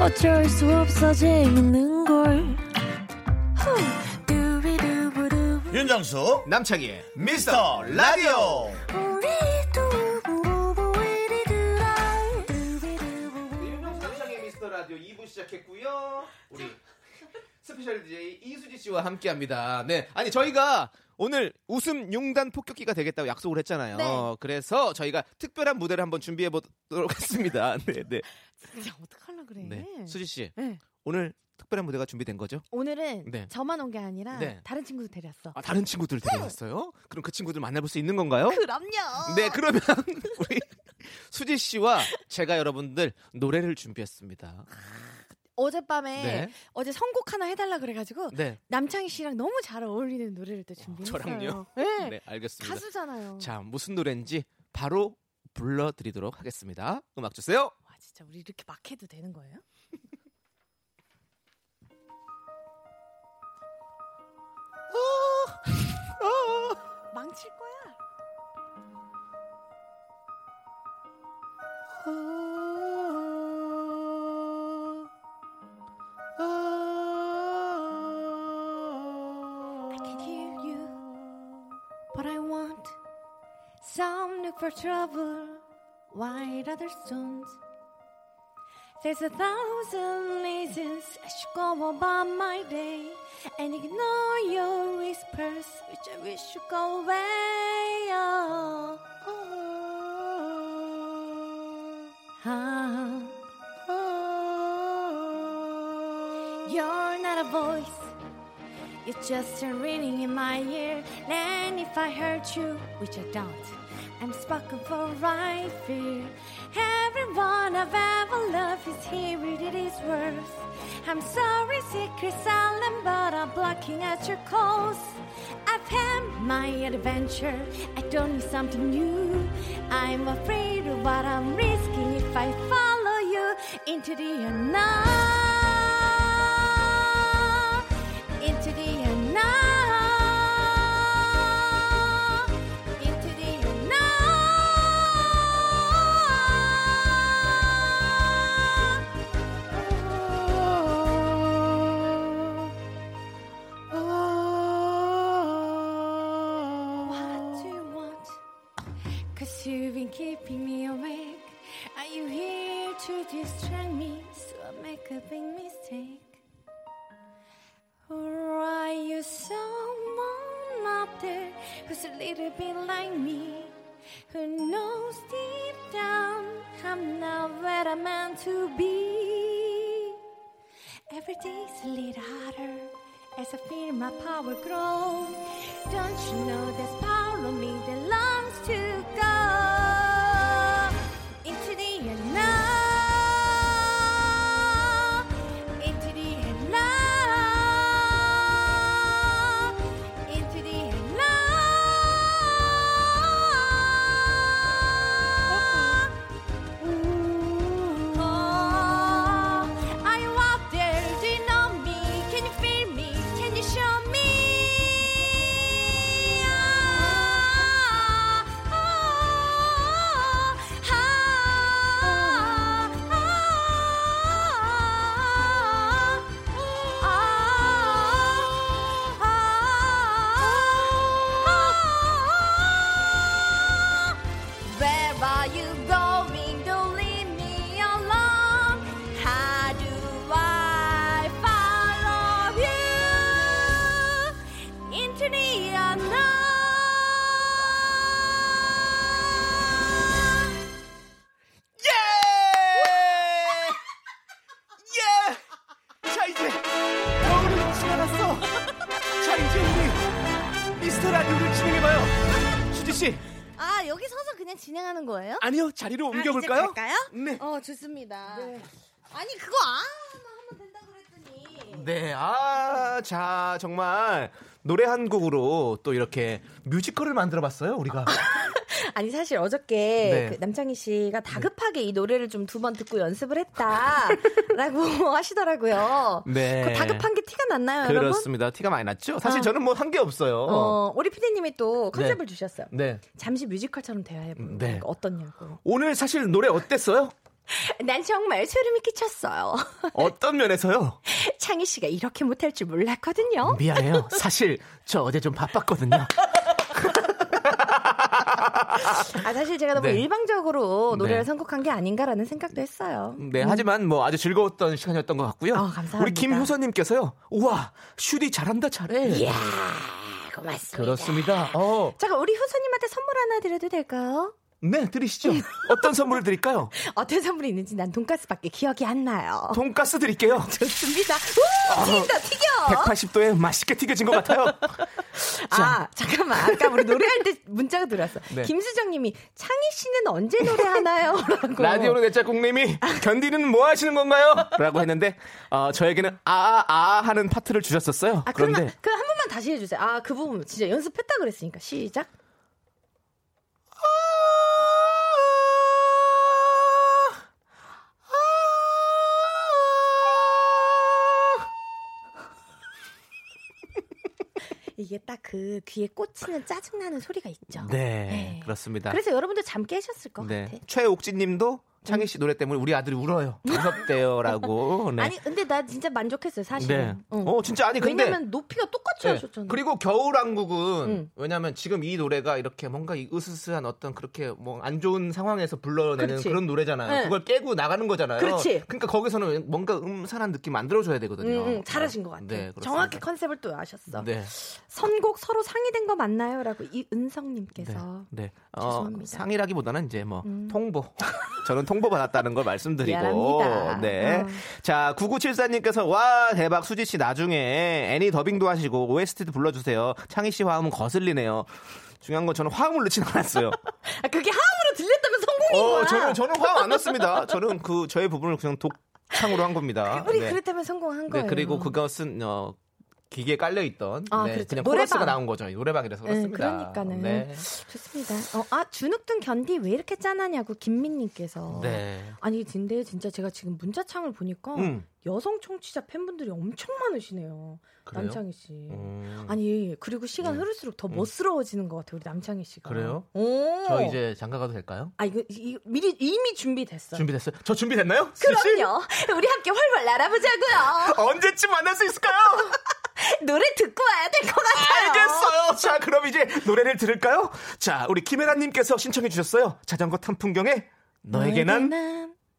[SPEAKER 3] 어쩔 수 없어 재밌는 걸. 후. 두비두부두.
[SPEAKER 4] 윤정수
[SPEAKER 1] 남창희
[SPEAKER 4] 미스터 라디오
[SPEAKER 3] 우리 두부부부 우리 두라. 두비두부부.
[SPEAKER 1] 남창희 미스터 라디오 2부 시작했고요. 우리 스페셜 DJ 이수지 씨와 함께합니다. 네, 아니 저희가 오늘 웃음 용단 폭격기가 되겠다고 약속을 했잖아요.
[SPEAKER 3] 네.
[SPEAKER 1] 그래서 저희가 특별한 무대를 한번 준비해 보도록 하겠습니다. 네, 네,
[SPEAKER 2] 진짜 어떡하려 그래.
[SPEAKER 1] 네. 수지 씨
[SPEAKER 2] 네.
[SPEAKER 1] 오늘 특별한 무대가 준비된 거죠?
[SPEAKER 2] 오늘은
[SPEAKER 1] 네.
[SPEAKER 2] 저만 온 게 아니라
[SPEAKER 1] 네.
[SPEAKER 2] 다른 친구도 데려왔어.
[SPEAKER 1] 아, 다른 친구들 데려왔어요? 그럼 그 친구들 만나볼 수 있는 건가요?
[SPEAKER 2] 그럼요.
[SPEAKER 1] 네, 그러면 우리 수지 씨와 제가 여러분들 노래를 준비했습니다.
[SPEAKER 2] 아, 어젯밤에
[SPEAKER 1] 네.
[SPEAKER 2] 어제 선곡 하나 해달라 그래가지고
[SPEAKER 1] 네,
[SPEAKER 2] 남창희 씨랑 너무 잘 어울리는 노래를 또 준비했어요.
[SPEAKER 1] 저랑요?
[SPEAKER 2] 네.
[SPEAKER 1] 네, 알겠습니다.
[SPEAKER 2] 가수잖아요.
[SPEAKER 1] 자, 무슨 노래인지 바로 불러드리도록 하겠습니다. 음악 주세요.
[SPEAKER 2] 와 진짜 우리 이렇게 막 해도 되는 거예요? 망칠 거야. I can hear you, but I want some look for trouble. White other stones. There's a thousand reasons I should go about my day and ignore your whispers, which I wish should go away. Oh. Ah. Oh. You're not a voice, You're just a ringing in my ear. And if I hurt you, which I don't, I'm spoken for right fear. Everyone I've ever loved is here, it is worth. I'm sorry, secret silent, but I'm blocking out your calls. I've had my adventure. I don't need something new. I'm afraid of what I'm risking if I follow you into the unknown. Into the unknown. Into the unknown. What do you want? Cause you've been keeping me awake. Are you here to distract me? So I make a big mistake. Or are you someone out there who's a little bit like me? Who knows deep down I'm not where I'm meant to be? Every day's a little harder as I feel my power grow. Don't you know there's power on me that longs to go into the unknown, into the unknown, into the unknown. Are you out there? Do you know me? Can you feel me? Can you show me? Where are you going? Don't leave me alone. How do I follow you into the unknown?
[SPEAKER 1] 예! 예! 자, 이제 겨울이 지나갔어. 자, 이제 우리 미스터 라디오를 진행해봐요. 수지씨,
[SPEAKER 2] 아 여기 서서 그냥 진행하는 거예요?
[SPEAKER 1] 아니요, 자리를
[SPEAKER 2] 아,
[SPEAKER 1] 옮겨볼까요?
[SPEAKER 2] 이제 갈까요?
[SPEAKER 1] 네.
[SPEAKER 2] 어 좋습니다.
[SPEAKER 5] 네.
[SPEAKER 2] 아니 그거 아나 하면 된다 그랬더니.
[SPEAKER 1] 네, 아, 자, 정말 노래 한 곡으로 또 이렇게 뮤지컬을 만들어봤어요, 우리가.
[SPEAKER 5] 아니 사실 어저께
[SPEAKER 1] 네.
[SPEAKER 5] 그 남창희 씨가 다급하게 이 노래를 좀 두 번 듣고 연습을 했다라고 하시더라고요.
[SPEAKER 1] 네.
[SPEAKER 5] 그 다급한 게 티가 났나요, 여러분?
[SPEAKER 1] 그렇습니다. 티가 많이 났죠? 사실 저는 뭐 한 게 없어요.
[SPEAKER 5] 어, 우리 피디님이 또 컨셉을
[SPEAKER 1] 네.
[SPEAKER 5] 주셨어요.
[SPEAKER 1] 네.
[SPEAKER 5] 잠시 뮤지컬처럼 대화해보는
[SPEAKER 1] 네.
[SPEAKER 5] 거 어떻냐고.
[SPEAKER 1] 오늘 사실 노래 어땠어요?
[SPEAKER 5] 난 정말 소름이 끼쳤어요.
[SPEAKER 1] 어떤 면에서요?
[SPEAKER 5] 창희 씨가 이렇게 못할 줄 몰랐거든요.
[SPEAKER 1] 어? 미안해요. 사실 저 어제 좀 바빴거든요.
[SPEAKER 5] 아 사실 제가 너무
[SPEAKER 1] 네.
[SPEAKER 5] 일방적으로 노래를
[SPEAKER 1] 네.
[SPEAKER 5] 선곡한 게 아닌가라는 생각도 했어요.
[SPEAKER 1] 네, 하지만 뭐 아주 즐거웠던 시간이었던 것 같고요.
[SPEAKER 5] 어, 감사합니다.
[SPEAKER 1] 우리 김효선님께서요. 우와, 슈디 잘한다, 잘해.
[SPEAKER 5] 이야 고맙습니다.
[SPEAKER 1] 그렇습니다. 어,
[SPEAKER 5] 잠깐 우리 효선님한테 선물 하나 드려도 될까요?
[SPEAKER 1] 네, 드리시죠. 어떤 선물을 드릴까요?
[SPEAKER 5] 어떤 선물이 있는지 난 돈가스밖에 기억이 안 나요.
[SPEAKER 1] 돈가스 드릴게요.
[SPEAKER 5] 좋습니다. 우
[SPEAKER 1] 어,
[SPEAKER 5] 튀긴다 튀겨.
[SPEAKER 1] 180도에 맛있게 튀겨진 것 같아요.
[SPEAKER 5] 아 잠깐만 아까 우리 노래할 때 문자가 들어왔어.
[SPEAKER 1] 네.
[SPEAKER 5] 김수정님이 창희 씨는 언제 노래하나요?라고.
[SPEAKER 1] 라디오로 내짝꿍님이 견디는 뭐 하시는 건가요? 라고 했는데 어, 저에게는 아아 아 하는 파트를 주셨었어요.
[SPEAKER 5] 아 그러면
[SPEAKER 1] 그런데
[SPEAKER 5] 그 한 번만 다시 해주세요. 아 그 부분 진짜 연습했다 그랬으니까 시작. 이게 딱 그 귀에 꽂히는 짜증나는 소리가 있죠.
[SPEAKER 1] 네,
[SPEAKER 5] 네.
[SPEAKER 1] 그렇습니다. 네.
[SPEAKER 5] 그래서 여러분들 잠 깨셨을 것 같아. 음.
[SPEAKER 1] 최옥진님도 창희 씨 노래 때문에 우리 아들이 울어요. 무섭대요라고. 네.
[SPEAKER 5] 아니 근데 나 진짜 만족했어요 사실.
[SPEAKER 1] 네.
[SPEAKER 5] 은
[SPEAKER 1] 어, 진짜 아니 근데
[SPEAKER 5] 왜냐면 높이가 똑같이
[SPEAKER 1] 네.
[SPEAKER 5] 하셨잖아요.
[SPEAKER 1] 그리고 겨울왕국은
[SPEAKER 5] 응.
[SPEAKER 1] 왜냐하면 지금 이 노래가 이렇게 뭔가 이 으스스한 어떤 그렇게 뭐 안 좋은 상황에서 불러내는
[SPEAKER 5] 그렇지.
[SPEAKER 1] 그런 노래잖아요.
[SPEAKER 5] 네.
[SPEAKER 1] 그걸 깨고 나가는 거잖아요.
[SPEAKER 5] 그렇지.
[SPEAKER 1] 그러니까 거기서는 뭔가 음산한 느낌 만들어줘야 되거든요.
[SPEAKER 5] 응, 응, 음, 잘하신 것 같아요.
[SPEAKER 1] 네, 그렇습니다.
[SPEAKER 5] 정확히 컨셉을 또 아셨어.
[SPEAKER 1] 네.
[SPEAKER 5] 선곡 서로 상의된 거 맞나요?라고 이은성님께서
[SPEAKER 1] 네. 네. 어,
[SPEAKER 5] 죄송합니다.
[SPEAKER 1] 상이라기보다는 이제 뭐 통보 저는 통보받았다는 걸 말씀드리고.
[SPEAKER 2] 음. 미안합니다.
[SPEAKER 1] 네.
[SPEAKER 2] 어.
[SPEAKER 1] 자, 9974님께서 와, 대박. 수지 씨 나중에 애니 더빙도 하시고 OST도 불러주세요. 창희 씨 화음은 거슬리네요. 중요한 건 저는 화음을 넣진 않았어요.
[SPEAKER 2] 아, 그게 하음으로 들렸다면 성공인
[SPEAKER 1] 어,
[SPEAKER 2] 거야.
[SPEAKER 1] 저는, 저는 화음 안 넣습니다. 저는 그, 저의 부분을 그냥 독창으로 한 겁니다.
[SPEAKER 2] 우리
[SPEAKER 1] 네.
[SPEAKER 2] 그랬다면 성공한
[SPEAKER 1] 네,
[SPEAKER 2] 거예요.
[SPEAKER 1] 그리고 그것은 어 기계에 깔려 있던
[SPEAKER 2] 아,
[SPEAKER 1] 네,
[SPEAKER 2] 그렇죠.
[SPEAKER 1] 그냥
[SPEAKER 2] 노래방.
[SPEAKER 1] 코러스가 나온 거죠. 노래방이라서
[SPEAKER 2] 네,
[SPEAKER 1] 그렇습니다.
[SPEAKER 2] 그러니까는.
[SPEAKER 1] 네.
[SPEAKER 2] 좋습니다. 어, 아 주눅든 견디 왜 이렇게 짠하냐고 김민님께서.
[SPEAKER 1] 네.
[SPEAKER 2] 아니 근데 진짜 제가 지금 문자창을 보니까
[SPEAKER 1] 음.
[SPEAKER 2] 여성 청취자 팬분들이 엄청 많으시네요.
[SPEAKER 1] 그래요?
[SPEAKER 2] 남창희 씨.
[SPEAKER 1] 음. 네.
[SPEAKER 2] 아니 그리고 시간 흐를수록 더 멋스러워지는 것 같아요 우리 남창희 씨가.
[SPEAKER 1] 그래요?
[SPEAKER 2] 오.
[SPEAKER 1] 저 이제 장가 가도 될까요?
[SPEAKER 2] 아 이거, 이 미리 이미 준비됐어요.
[SPEAKER 1] 준비됐어요? 저 준비됐나요?
[SPEAKER 2] 그럼요. 우리 함께 활활 날아보자고요.
[SPEAKER 1] 언제쯤 만날 수 있을까요?
[SPEAKER 2] 노래 듣고 와야 될 것 같아요.
[SPEAKER 1] 알겠어요. 자, 그럼 이제 노래를 들을까요? 자, 우리 김혜라님께서 신청해 주셨어요. 자전거 탄 풍경에 너에게 난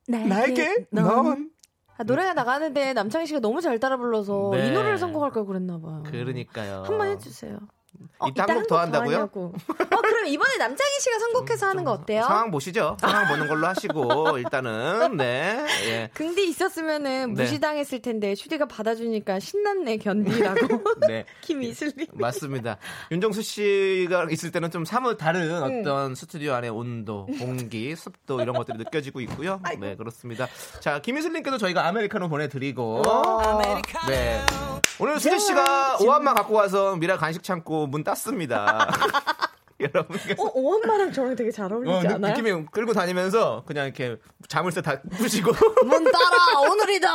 [SPEAKER 2] 나에게,
[SPEAKER 1] 나에게
[SPEAKER 2] 넌.
[SPEAKER 1] 넌.
[SPEAKER 2] 아, 노래가 나가는데 남창희 씨가 너무 잘 따라 불러서
[SPEAKER 1] 네.
[SPEAKER 2] 이 노래를 선곡할 걸 그랬나 봐요.
[SPEAKER 1] 그러니까요.
[SPEAKER 2] 한 번 해주세요. 어,
[SPEAKER 1] 이따
[SPEAKER 2] 한
[SPEAKER 1] 한곡더
[SPEAKER 2] 곡
[SPEAKER 1] 한다고요?
[SPEAKER 2] 하냐고. 어, 그럼 이번에 남창희 씨가 선곡해서 하는 거 어때요?
[SPEAKER 1] 상황 보시죠. 상황 보는 걸로 하시고 일단은 네. 예.
[SPEAKER 2] 근데 있었으면은
[SPEAKER 1] 네.
[SPEAKER 2] 무시당했을 텐데 슈디가 받아주니까 신났네 견디라고.
[SPEAKER 1] 네.
[SPEAKER 2] 김이슬님.
[SPEAKER 1] 맞습니다. 윤정수 씨가 있을 때는 좀 사뭇 다른
[SPEAKER 2] 네.
[SPEAKER 1] 어떤 스튜디오 안의 온도, 공기, 습도 이런 것들이 느껴지고 있고요. 네, 그렇습니다. 자, 김희슬님께도 저희가 아메리카노 보내드리고.
[SPEAKER 2] 어,
[SPEAKER 1] 네. 오늘 수지 씨가 오한만 갖고 와서 미라 간식 창고 문 땄습니다. 여러분께서.
[SPEAKER 2] 어, 오한마랑 저랑 되게 잘
[SPEAKER 1] 어,
[SPEAKER 2] 어울리지
[SPEAKER 1] 느-
[SPEAKER 2] 않아요?
[SPEAKER 1] 느낌이 끌고 다니면서 그냥 이렇게 자물쇠 다 부시고.
[SPEAKER 2] 문 따라 오늘이다.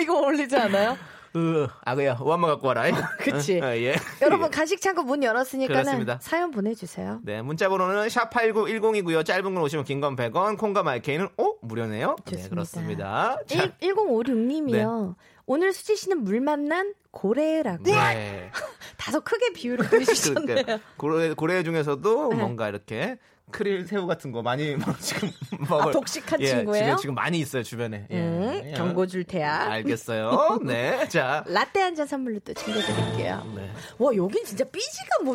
[SPEAKER 2] 이거 어울리지 않아요?
[SPEAKER 1] 으, 아그야, 오한만 갖고 와라.
[SPEAKER 2] 그치.
[SPEAKER 1] 어, 예.
[SPEAKER 2] 여러분 간식 창고 문 열었으니까는
[SPEAKER 1] 그렇습니다.
[SPEAKER 2] 사연 보내주세요.
[SPEAKER 1] 네, 문자 번호는 샵8910이고요. 짧은 건 오시면 긴 건 100원, 콩과 마이케이는 오 무료네요. 네,
[SPEAKER 2] 좋습니다.
[SPEAKER 1] 그렇습니다. 자,
[SPEAKER 2] 1056님이요. 오늘 수지 씨는 물 만난 고래라고
[SPEAKER 1] 네.
[SPEAKER 2] 다소 크게 비유를
[SPEAKER 1] 그러니까
[SPEAKER 2] 보내주셨네요. 네.
[SPEAKER 1] 고래, 고래 중에서,도 뭔가 이렇게 크릴 새우 같은 거 많이 막 지금 먹을
[SPEAKER 2] 아, 독식한
[SPEAKER 1] 예,
[SPEAKER 2] 친구예요?
[SPEAKER 1] 지금, 지금 많이 있어요, 주변에. 예.
[SPEAKER 2] 음,
[SPEAKER 1] 예. 아.
[SPEAKER 2] 경고 줄 테야.
[SPEAKER 1] 알겠어요. 네. 자.
[SPEAKER 2] 라떼 한 잔 선물로 또 챙겨드릴게요.
[SPEAKER 1] 네.
[SPEAKER 2] 와 여긴 진짜 삐지가 뭐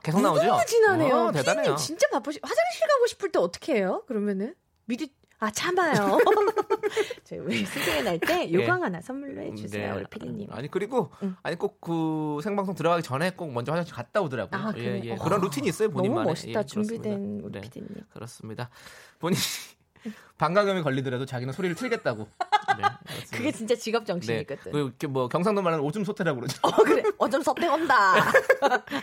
[SPEAKER 1] 계속 나오죠?
[SPEAKER 2] 무궁무 진하네요.
[SPEAKER 1] 어,
[SPEAKER 2] 피디님
[SPEAKER 1] 대단해요.
[SPEAKER 2] 진짜 바쁘시. 화장실 가고 싶을 때 어떻게 해요? 그러면은 미리 아 참아요. 저희 우리 스승의 날때 요강
[SPEAKER 1] 예.
[SPEAKER 2] 하나 선물로 해주세요, 우리 피디님.
[SPEAKER 1] 네. 아니 그리고 아니 꼭 그 생방송 들어가기 전에 꼭 먼저 화장실 갔다 오더라고요.
[SPEAKER 2] 아,
[SPEAKER 1] 예,
[SPEAKER 2] 그래요?
[SPEAKER 1] 예.
[SPEAKER 2] 와.
[SPEAKER 1] 그런 루틴이 있어요 본인만의.
[SPEAKER 2] 너무 멋있다
[SPEAKER 1] 예, 그렇습니다.
[SPEAKER 2] 준비된 우리
[SPEAKER 1] 네.
[SPEAKER 2] 피디님.
[SPEAKER 1] 그렇습니다. 본인 방광염이 걸리더라도 자기는 소리를 틀겠다고. 네, 그렇습니다.
[SPEAKER 2] 그게 진짜 직업
[SPEAKER 1] 네.
[SPEAKER 2] 정신이거든.
[SPEAKER 1] 그 이렇게 뭐 경상도 말하는 오줌 소태라고 그러죠.
[SPEAKER 2] 어 그래 어쩜 섭대온다
[SPEAKER 1] 아,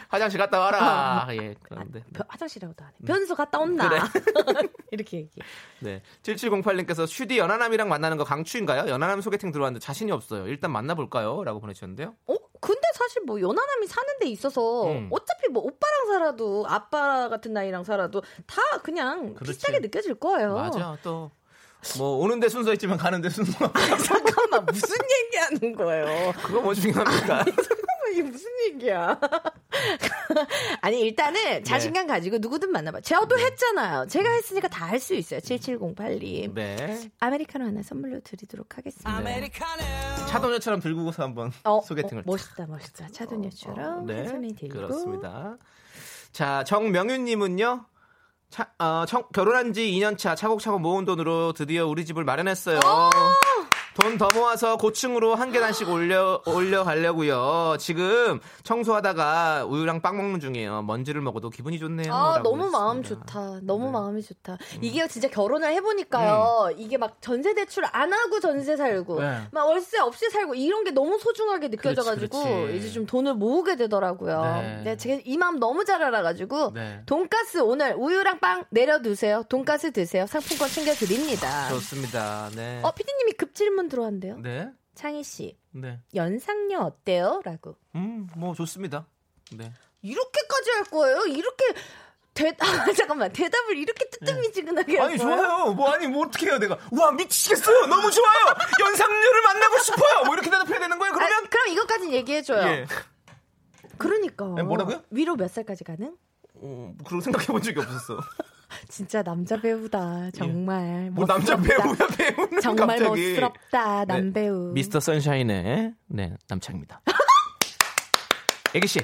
[SPEAKER 1] 화장실 갔다 와라.
[SPEAKER 2] 어.
[SPEAKER 1] 예, 그런데.
[SPEAKER 2] 화장실하고도
[SPEAKER 1] 음.
[SPEAKER 2] 안해 변수 갔다 온나 이렇게 얘기해
[SPEAKER 1] 네. 7708님께서 슈디 연하남이랑 만나는 거 강추인가요? 연하남 소개팅 들어왔는데 자신이 없어요. 일단 만나볼까요? 라고 보내주셨는데요.
[SPEAKER 2] 어? 근데 사실 뭐 연하남이 사는 데 있어서
[SPEAKER 1] 음.
[SPEAKER 2] 어차피 뭐 오빠랑 살아도 아빠 같은 나이랑 살아도 다 그냥
[SPEAKER 1] 그렇지.
[SPEAKER 2] 비슷하게 느껴질 거예요.
[SPEAKER 1] 맞아. 또. 뭐 오는데 순서 있지만 가는데 순서 없
[SPEAKER 2] 잠깐만 무슨 얘기하는 거예요?
[SPEAKER 1] 그거 뭐 중요합니까?
[SPEAKER 2] 잠깐만 이게 무슨 얘기야? 아니 일단은 자신감
[SPEAKER 1] 네.
[SPEAKER 2] 가지고 누구든 만나봐. 저도 했잖아요. 제가 했으니까 다 할 수 있어요. 7708님
[SPEAKER 1] 음. 네.
[SPEAKER 2] 아메리카노 하나 선물로 드리도록 하겠습니다.
[SPEAKER 1] 차도녀처럼 들고서 한번 소개팅을.
[SPEAKER 2] 어, 멋있다 멋있다 차도녀처럼
[SPEAKER 1] 네,
[SPEAKER 2] 한 손에 들고
[SPEAKER 1] 그렇습니다. 자, 정명윤님은요. 차, 어, 청- 결혼한 지 2년차 차곡차곡 모은 돈으로 드디어 우리 집을 마련했어요. 돈 더 모아서 고층으로 한 계단씩 올려, 올려가려고요. 지금 청소하다가 우유랑 빵 먹는 중이에요. 먼지를 먹어도 기분이 좋네요.
[SPEAKER 2] 아
[SPEAKER 1] 라고
[SPEAKER 2] 너무 마음
[SPEAKER 1] 했습니다. 네.
[SPEAKER 2] 좋다 너무 마음이 좋다 이게 진짜 결혼을 해보니까요 이게 막 전세 대출 안 하고 전세 살고
[SPEAKER 1] 음. 네.
[SPEAKER 2] 막 월세 없이 살고 이런 게 너무 소중하게 느껴져가지고
[SPEAKER 1] 그렇지, 그렇지.
[SPEAKER 2] 이제 좀 돈을 모으게 되더라고요
[SPEAKER 1] 네.
[SPEAKER 2] 근데 제가 이 마음 너무 잘 알아가지고
[SPEAKER 1] 네.
[SPEAKER 2] 돈가스 오늘 우유랑 빵 내려두세요 돈가스 드세요 상품권 챙겨드립니다
[SPEAKER 1] 좋습니다. 네.
[SPEAKER 2] 어 피디님이 급질문 들어왔는데요
[SPEAKER 1] 네.
[SPEAKER 2] 창희 씨
[SPEAKER 1] 네.
[SPEAKER 2] 연상녀 어때요? 라고
[SPEAKER 1] 음, 뭐 좋습니다. 네.
[SPEAKER 2] 이렇게까지 할 거예요? 이렇게 대 아, 잠깐만 대답을 이렇게 뜨뜻미지근하게 할
[SPEAKER 1] 아니
[SPEAKER 2] 거예요?
[SPEAKER 1] 좋아요. 뭐 아니 뭐 어떻게 해요 내가. 와 미치겠어요. 너무 좋아요. 연상녀를 만나고 싶어요. 뭐 이렇게 대답해야 되는 거예요.
[SPEAKER 2] 아,
[SPEAKER 1] 그러면
[SPEAKER 2] 그럼 이것까지 얘기해줘요.
[SPEAKER 1] 예.
[SPEAKER 2] 그러니까
[SPEAKER 1] 네, 뭐라고요?
[SPEAKER 2] 위로 몇 살까지 가능?
[SPEAKER 1] 어, 그런 생각해 본 적이 없었어.
[SPEAKER 2] 진짜 남자 배우다 정말
[SPEAKER 1] 뭐 남자
[SPEAKER 2] 멋스럽다.
[SPEAKER 1] 배우야 배우는
[SPEAKER 2] 정말
[SPEAKER 1] 갑자기.
[SPEAKER 2] 멋스럽다
[SPEAKER 1] 네.
[SPEAKER 2] 남배우
[SPEAKER 1] 미스터 선샤인의 네 남창입니다. 애기 씨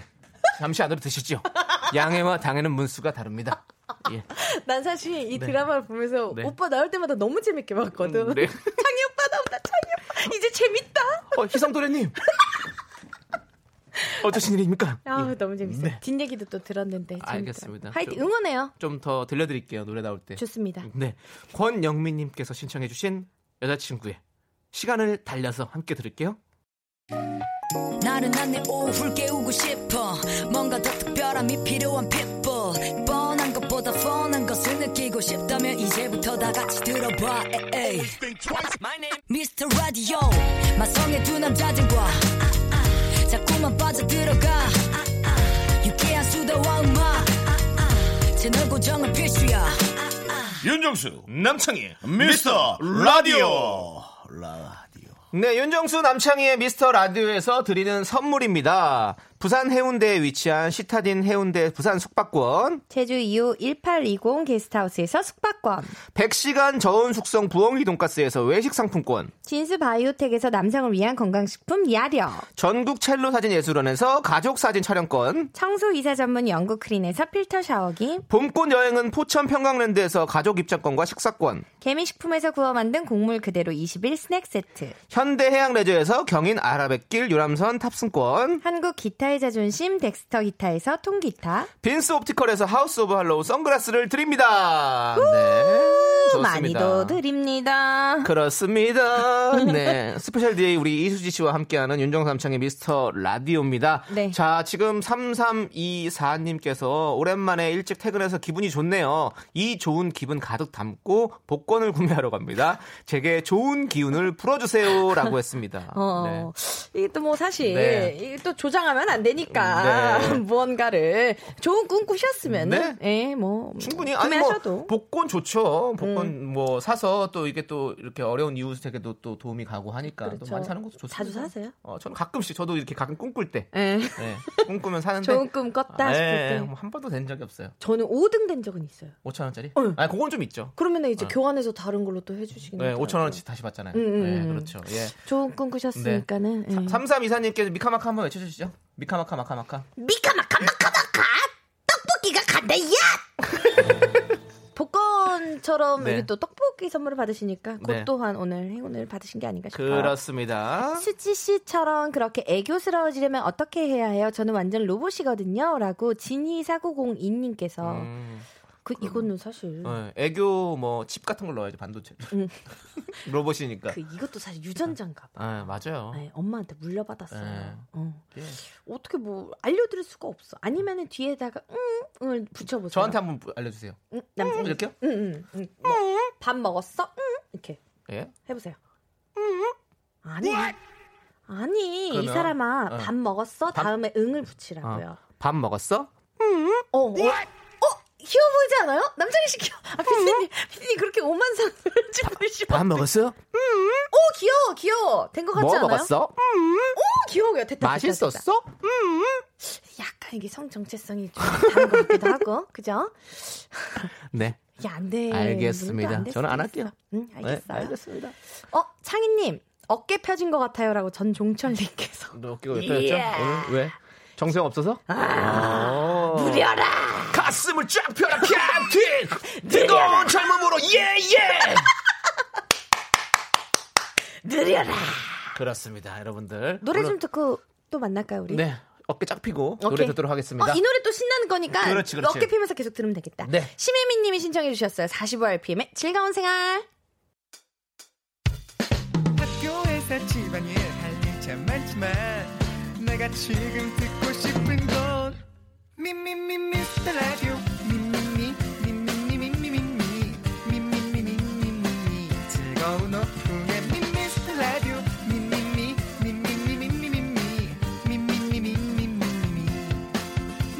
[SPEAKER 1] 잠시 안으로 드시죠. 양해와 당해는 문수가 다릅니다. 예.
[SPEAKER 2] 난 사실 이 드라마를 보면서
[SPEAKER 1] 네.
[SPEAKER 2] 오빠 나올 때마다 너무 재밌게 봤거든.
[SPEAKER 1] 음, 네.
[SPEAKER 2] 창희 오빠 나온다, 창희 오빠. 이제 재밌다.
[SPEAKER 1] 어, 희성도련님. 어떠신 일입니까?
[SPEAKER 2] 아,
[SPEAKER 1] 예.
[SPEAKER 2] 너무 재밌어요.
[SPEAKER 1] 네.
[SPEAKER 2] 뒷얘기도 또 들었는데. 재밌더라고요.
[SPEAKER 1] 알겠습니다.
[SPEAKER 2] 하여튼
[SPEAKER 1] 좀-
[SPEAKER 2] 응원해요.
[SPEAKER 1] 좀 더 들려드릴게요. 노래 나올 때.
[SPEAKER 2] 좋습니다.
[SPEAKER 1] 네. 권영민님께서 신청해주신 여자친구의 시간을 달려서 함께 들을게요.
[SPEAKER 6] 나른한 내 오후를 깨우고 싶어 뭔가 더 특별함이 필요한 people 뻔한 것보다 뻔한 것을 느끼고 싶다면 이제부터 다 같이 들어봐 에이. Mr. Radio 마성의 두 남자들과 자꾸만 빠져들어가 유쾌한 수다와 음악 채널 고정은 필수야
[SPEAKER 4] 윤정수 남창희 미스터 라디오 라디오
[SPEAKER 1] 네, 윤정수 남창희의 미스터 라디오에서 드리는 선물입니다. 부산 해운대에 위치한 시타딘 해운대 부산 숙박권,
[SPEAKER 2] 제주 2호 1820 게스트하우스에서 숙박권,
[SPEAKER 1] 100시간 저온 숙성 부엉이 돈가스에서 외식 상품권,
[SPEAKER 2] 진수 바이오텍에서 남성을 위한 건강식품 야력,
[SPEAKER 1] 전국 첼로 사진 예술원에서 가족 사진 촬영권,
[SPEAKER 2] 청소 이사 전문 영국 크린에서 필터 샤워기,
[SPEAKER 1] 봄꽃 여행은 포천 평강랜드에서 가족 입장권과 식사권,
[SPEAKER 2] 개미식품에서 구워 만든 곡물 그대로 21 스낵 세트,
[SPEAKER 1] 현대해양레저에서 경인 아라뱃길 유람선 탑승권,
[SPEAKER 2] 한국 기타의 자존심 덱스터 기타에서 통기타,
[SPEAKER 1] 빈스 옵티컬에서 하우스 오브 할로우 선글라스를 드립니다. 네. 좋습니다.
[SPEAKER 2] 많이도 드립니다.
[SPEAKER 1] 그렇습니다. 네. 스페셜 DJ 우리 이수지 씨와 함께하는 윤정삼창의 미스터 라디오입니다.
[SPEAKER 2] 네.
[SPEAKER 1] 자, 지금 3324님께서 오랜만에 일찍 퇴근해서 기분이 좋네요. 이 좋은 기분 가득 담고 복권을 구매하러 갑니다. 제게 좋은 기운을 불어주세요. 라고 했습니다. 네.
[SPEAKER 2] 어, 이게 또 뭐 사실,
[SPEAKER 1] 네.
[SPEAKER 2] 이게 또 조장하면 안 되니까,
[SPEAKER 1] 네.
[SPEAKER 2] 무언가를. 좋은 꿈 꾸셨으면,
[SPEAKER 1] 네.
[SPEAKER 2] 은 예, 뭐.
[SPEAKER 1] 충분히 아니 뭐
[SPEAKER 2] 구매하셔도. 음.
[SPEAKER 1] 복권 좋죠. 복권 뭐 사서 또 이게 또 이렇게 어려운 이웃에게도 또 도움이 가고 하니까 또
[SPEAKER 2] 그렇죠.
[SPEAKER 1] 많이 사는 것도 좋습니다.
[SPEAKER 2] 자주 사세요?
[SPEAKER 1] 어, 저는 가끔씩 저도 이렇게 가끔 꿈꿀 때
[SPEAKER 2] 예.
[SPEAKER 1] 네, 꿈꾸면 사는데
[SPEAKER 2] 좋은 꿈 꿨다
[SPEAKER 1] 아,
[SPEAKER 2] 싶을
[SPEAKER 1] 예, 예.
[SPEAKER 2] 때.
[SPEAKER 1] 뭐한 번도 된 적이 없어요.
[SPEAKER 2] 저는 5등 된 적은 있어요.
[SPEAKER 1] 5천 원짜리?
[SPEAKER 2] 응.
[SPEAKER 1] 아, 그건 좀 있죠.
[SPEAKER 2] 그러면 이제 교환해서 다른 걸로 또 해주시긴
[SPEAKER 1] 아. 네,
[SPEAKER 2] 해요.
[SPEAKER 1] 5천 원치 다시 받잖아요.
[SPEAKER 2] 음, 음,
[SPEAKER 1] 네,
[SPEAKER 2] 음.
[SPEAKER 1] 그렇죠. 예.
[SPEAKER 2] 좋은 꿈 꾸셨으니까는. 예.
[SPEAKER 1] 삼삼 네. 이사님께서 미카마카 한번 외쳐주시죠. 미카마카 마카마카.
[SPEAKER 2] 복권처럼
[SPEAKER 1] 네.
[SPEAKER 2] 여기 또 떡볶이 선물을 받으시니까 곧
[SPEAKER 1] 네.
[SPEAKER 2] 또한 오늘 행운을 받으신 게 아닌가 싶어요.
[SPEAKER 1] 그렇습니다.
[SPEAKER 2] 수지 씨처럼 그렇게 애교스러워지려면 어떻게 해야 해요? 저는 완전 로봇이거든요. 라고 진희4902님께서.
[SPEAKER 1] 음,
[SPEAKER 2] 그, 이거는 사실.
[SPEAKER 1] 네, 애교 뭐 칩 같은 걸 넣어야죠 반도체. 로봇이니까.
[SPEAKER 2] 음. 그, 이것도 사실 유전자인가 봐.
[SPEAKER 1] 아, 맞아요.
[SPEAKER 2] 네, 엄마한테 물려받았어요.
[SPEAKER 1] 네.
[SPEAKER 2] 어.
[SPEAKER 1] 예.
[SPEAKER 2] 어떻게 뭐, 알려드릴 수가 없어. 아니면은 뒤에다가, 응, 을 붙여보세요.
[SPEAKER 1] 저한테 한번 알려주세요. 음,
[SPEAKER 2] 응, 남자.
[SPEAKER 1] 이렇게요?
[SPEAKER 2] 응, 응, 응. 뭐, 밥 먹었어? 응. 이렇게
[SPEAKER 1] 예.
[SPEAKER 2] 해보세요. 아니. 아니, 이
[SPEAKER 1] 그러면,
[SPEAKER 2] 사람아,
[SPEAKER 1] 어.
[SPEAKER 2] 밥 먹었어?
[SPEAKER 1] 밥-
[SPEAKER 2] 다음에 응을
[SPEAKER 1] 어.
[SPEAKER 2] 붙이라고요.
[SPEAKER 1] 밥 먹었어?
[SPEAKER 2] 어, 어, 어, 귀여워 보이지 않아요? 남창희 씨 귀여워. 아, 피디님, 피디님 그렇게 오만상을 찍고 싶어.
[SPEAKER 1] 어? 밥 먹었어?
[SPEAKER 2] 오, 귀여워, 귀여워. 된 것 같지
[SPEAKER 1] 뭐
[SPEAKER 2] 않아요?
[SPEAKER 1] 먹었어?
[SPEAKER 2] 오, 귀여워요. 됐다, 됐다, 됐다.
[SPEAKER 1] 맛있었어?
[SPEAKER 2] 약간 이게 성 정체성이 좀 다른 것 같기도 하고, 그죠?
[SPEAKER 1] 네.
[SPEAKER 2] 이게 안 돼.
[SPEAKER 1] 알겠습니다. 저는 안 할게요.
[SPEAKER 2] 응,
[SPEAKER 1] 네,
[SPEAKER 2] 알겠어요.
[SPEAKER 1] 알겠습니다.
[SPEAKER 2] 어, 창희님. 어깨 펴진 것 같아요라고 전종철님께서
[SPEAKER 1] 너 어깨가 왜 펴졌죠? 오늘 왜? 정수영 없어서? 아~
[SPEAKER 2] 무려라
[SPEAKER 1] 가슴을 쫙 펴라 캡틴 뜨거운 젊음으로 예예
[SPEAKER 2] 느려라
[SPEAKER 1] 그렇습니다 여러분들
[SPEAKER 2] 노래
[SPEAKER 1] 물론-
[SPEAKER 2] 좀 듣고 또 만날까요 우리?
[SPEAKER 1] 네 어깨 쫙 펴고 노래
[SPEAKER 2] 오케이.
[SPEAKER 1] 듣도록 하겠습니다
[SPEAKER 2] 어, 이 노래 또 신나는 거니까
[SPEAKER 1] 그렇지, 그렇지.
[SPEAKER 2] 어깨 피면서 계속 들으면 되겠다.
[SPEAKER 1] 네.
[SPEAKER 2] 심혜민 님이 신청해 주셨어요. 45RPM의 즐거운 생활.
[SPEAKER 7] 학교에서 집안일 할 일 참 많지만 내가 지금 듣고 싶은 건 미미미 미스터 라디오 미미미 미미미 미미미 미미미 미미미 즐거운 오후에 미스터 라디오 미미미 미미미 미미미 미미미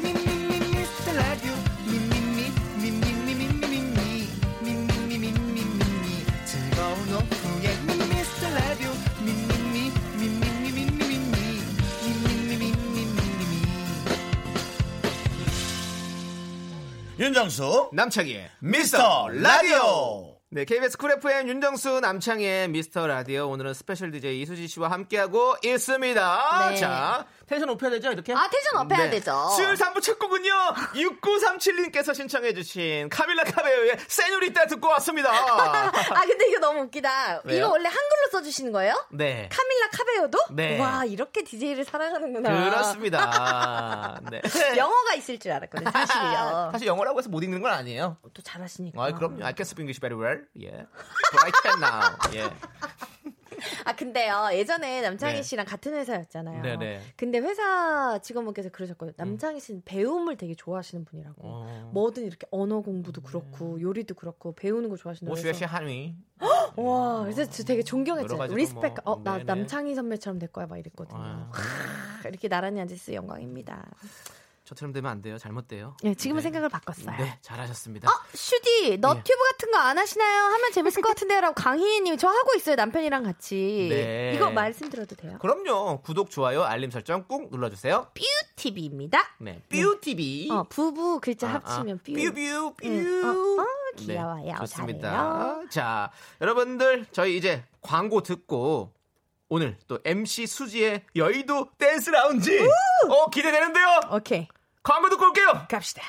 [SPEAKER 7] 미미미 미미미 미스터 라디오 미미미 미미미 미미미 미미미 미미미 즐거운 오후에 미스터 라디오 미미미 미미미 미미미 미미미 미미미
[SPEAKER 4] 윤정수
[SPEAKER 1] 남창희의
[SPEAKER 4] 미스터 라디오
[SPEAKER 1] 네, KBS 쿨 FM 윤정수 남창희의 미스터 라디오 오늘은 스페셜 DJ 이수지 씨와 함께하고 있습니다
[SPEAKER 2] 네.
[SPEAKER 1] 자 텐션 높여야 되죠, 이렇게?
[SPEAKER 2] 아, 텐션 업해야
[SPEAKER 1] 네.
[SPEAKER 2] 되죠.
[SPEAKER 1] 수요일 3부 첫 곡은요, 6937님께서 신청해주신 카밀라 카베오의 세뇨리따 듣고 왔습니다.
[SPEAKER 2] 아, 근데 이거 너무 웃기다.
[SPEAKER 1] 왜요?
[SPEAKER 2] 이거 원래 한글로 써주시는 거예요?
[SPEAKER 1] 네.
[SPEAKER 2] 카밀라 카베오도?
[SPEAKER 1] 네.
[SPEAKER 2] 와, 이렇게 DJ를 사랑하는구나.
[SPEAKER 1] 그렇습니다. 네.
[SPEAKER 2] 영어가 있을 줄 알았거든요, 사실이요. 어.
[SPEAKER 1] 사실 영어라고 해서 못 읽는 건 아니에요.
[SPEAKER 2] 또 잘하시니까.
[SPEAKER 1] 아, 그럼요. I can speak English very well. Yeah. But I can now. 예. Yeah.
[SPEAKER 2] 아, 근데요. 예전에 남창희
[SPEAKER 1] 네.
[SPEAKER 2] 씨랑 같은 회사였잖아요.
[SPEAKER 1] 네네. 음.
[SPEAKER 2] 근데 회사 직원분께서 그러셨거든요. 남창희 씨는 배움을 되게 좋아하시는 분이라고.
[SPEAKER 1] 어. 음.
[SPEAKER 2] 뭐든 이렇게 언어 공부도 그렇고, 요리도 그렇고, 배우는 거 좋아하신다고.
[SPEAKER 1] 뭐, 오슈의
[SPEAKER 2] 해서.
[SPEAKER 1] 시한위.
[SPEAKER 2] 와, 그래서 저 되게
[SPEAKER 1] 음. 여러
[SPEAKER 2] 존경했잖아요.
[SPEAKER 1] 가지로
[SPEAKER 2] 리스펙.
[SPEAKER 1] 뭐,
[SPEAKER 2] 어, 나
[SPEAKER 1] 네네.
[SPEAKER 2] 남창희 선배처럼 될 거야, 막 이랬거든요.
[SPEAKER 1] 아.
[SPEAKER 2] 하, 이렇게 나란히 앉아있어 영광입니다.
[SPEAKER 1] 저처럼 되면 안 돼요. 잘못돼요.
[SPEAKER 2] 예, 지금은 생각을 바꿨어요.
[SPEAKER 1] 네, 예. 잘하셨습니다.
[SPEAKER 2] 어, 슈디, 너튜브 같은 거 안 하시나요? 하면 재밌을 것 같은데요. 라고 강희애님, 저 하고 있어요. 남편이랑 같이.
[SPEAKER 1] 네.
[SPEAKER 2] 이거 말씀드려도 돼요?
[SPEAKER 1] 그럼요. 구독, 좋아요, 알림 설정 꼭 눌러주세요.
[SPEAKER 2] 뷰티비입니다.
[SPEAKER 1] 네. 뷰티비.
[SPEAKER 2] 어, 부부 글자
[SPEAKER 1] 아, 아.
[SPEAKER 2] 합치면 뷰.
[SPEAKER 1] 뷰뷰, 뷰.
[SPEAKER 2] 응. 어, 어, 귀여워요.
[SPEAKER 1] 네, 좋습니다.
[SPEAKER 2] 잘해요.
[SPEAKER 1] 자, 여러분들, 저희 이제 광고 듣고 오늘 또 MC 수지의 여의도 댄스 라운지. 어, 기대되는데요.
[SPEAKER 2] 오케이.
[SPEAKER 1] 광고 듣고 올게요.
[SPEAKER 2] 갑시다.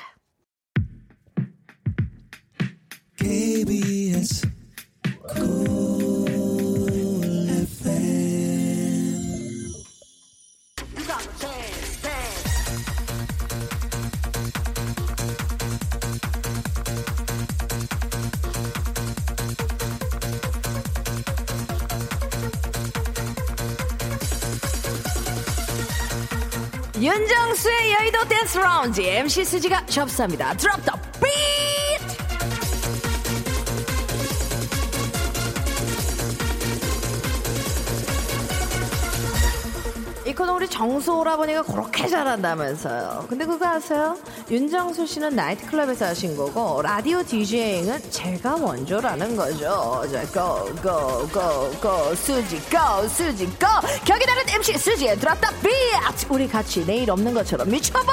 [SPEAKER 2] 윤정수의 여의도 댄스 라운지 MC 수지가 접수합니다. 드롭 더 비트! 이 코너 우리 정수 오라버니가 그렇게 잘한다면서요. 근데 그거 아세요? 윤정수 씨는 나이트클럽에서 하신 거고 라디오 디제잉은 제가 원조라는 거죠. 자, go go go go 수지 go 수지 go 격이 다른 MC 수지의 드랍다 비트 우리 같이 내일 없는 것처럼 미쳐봐.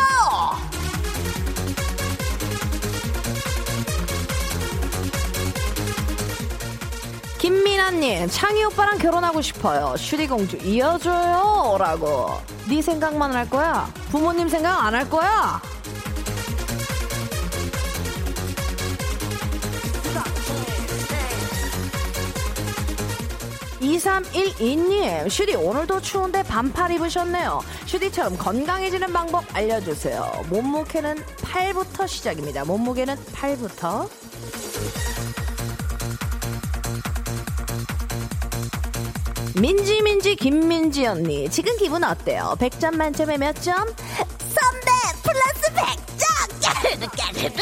[SPEAKER 2] 김민아님, 창희 오빠랑 결혼하고 싶어요. 슈리공주 이어줘요. 라고. 네 생각만 할 거야. 부모님 생각 안 할 거야. 이삼일2님 슈디 오늘도 추운데 반팔 입으셨네요. 슈디처럼 건강해지는 방법 알려주세요. 몸무게는 팔부터 시작입니다. 몸무게는 팔부터 민지 민지 김민지 언니 지금 기분 어때요? 100점 만점에 몇 점? 선배 플러스 100점! 까르르 까르르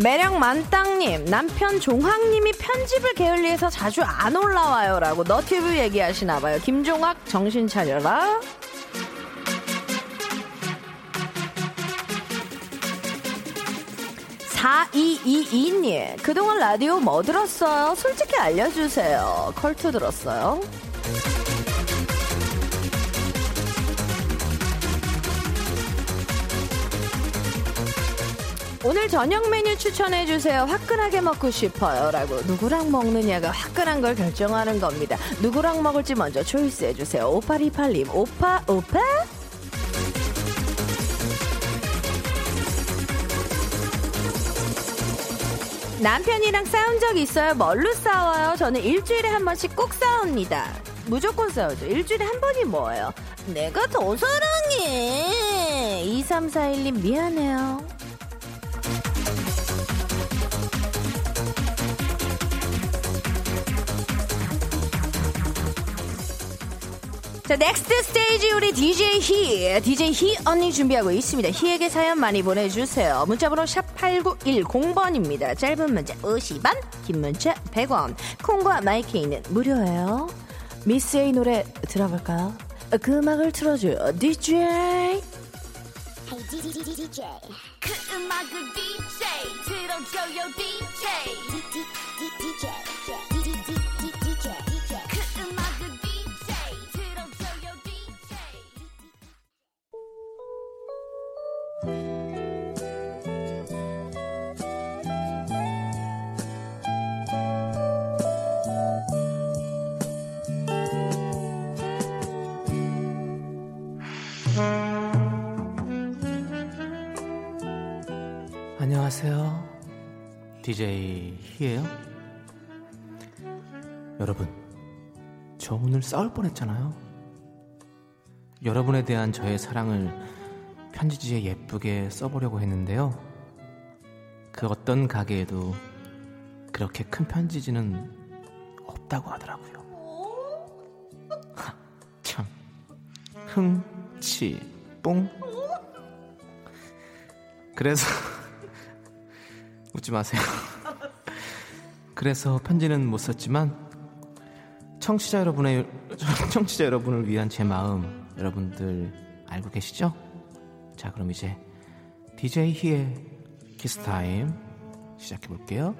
[SPEAKER 2] 매력 만땅님 남편 종학님이 편집을 게을리해서 자주 안 올라와요라고 너튜브 얘기하시나봐요 김종학 정신 차려라 사이이이님 그동안 라디오 뭐 들었어요? 솔직히 알려주세요. 컬투 들었어요? 오늘 저녁 메뉴 추천해주세요. 화끈하게 먹고 싶어요. 라고. 누구랑 먹느냐가 화끈한 걸 결정하는 겁니다. 누구랑 먹을지 먼저 초이스해주세요. 오빠리팔님, 오빠, 오빠? 남편이랑 싸운 적 있어요? 뭘로 싸워요? 저는 일주일에 한 번씩 꼭 싸웁니다. 무조건 싸우죠. 일주일에 한 번이 뭐예요? 내가 더 사랑해. 23411님 미안해요. 자, 넥스트 스테이지 우리 DJ 히, DJ 히 언니 준비하고 있습니다. 히에게 사연 많이 보내주세요. 문자번호 샵 8910번입니다. 짧은 문자 50원, 긴 문자 100원. 콩과 마이케이는 무료예요. 미스의 노래 들어볼까요? 그 음악을 틀어줘요. DJ.
[SPEAKER 3] Hey DJ 그 음악을 DJ 들어줘요 DJ DJ DJ 그 음악을 DJ 들어줘요 DJ
[SPEAKER 8] 넌
[SPEAKER 1] DJ 희예요. 여러분, 저 오늘 싸울 뻔했잖아요. 여러분에 대한 저의 사랑을 편지지에 예쁘게 써보려고 했는데요. 그 어떤 가게에도 그렇게 큰 편지지는 없다고 하더라고요. 하, 참, 흥치 뽕. 그래서 웃지 마세요. 그래서 편지는 못 썼지만 청취자 여러분의 청취자 여러분을 위한 제 마음 여러분들 알고 계시죠? 자, 그럼 이제 DJ 희의 키스 타임 시작해 볼게요.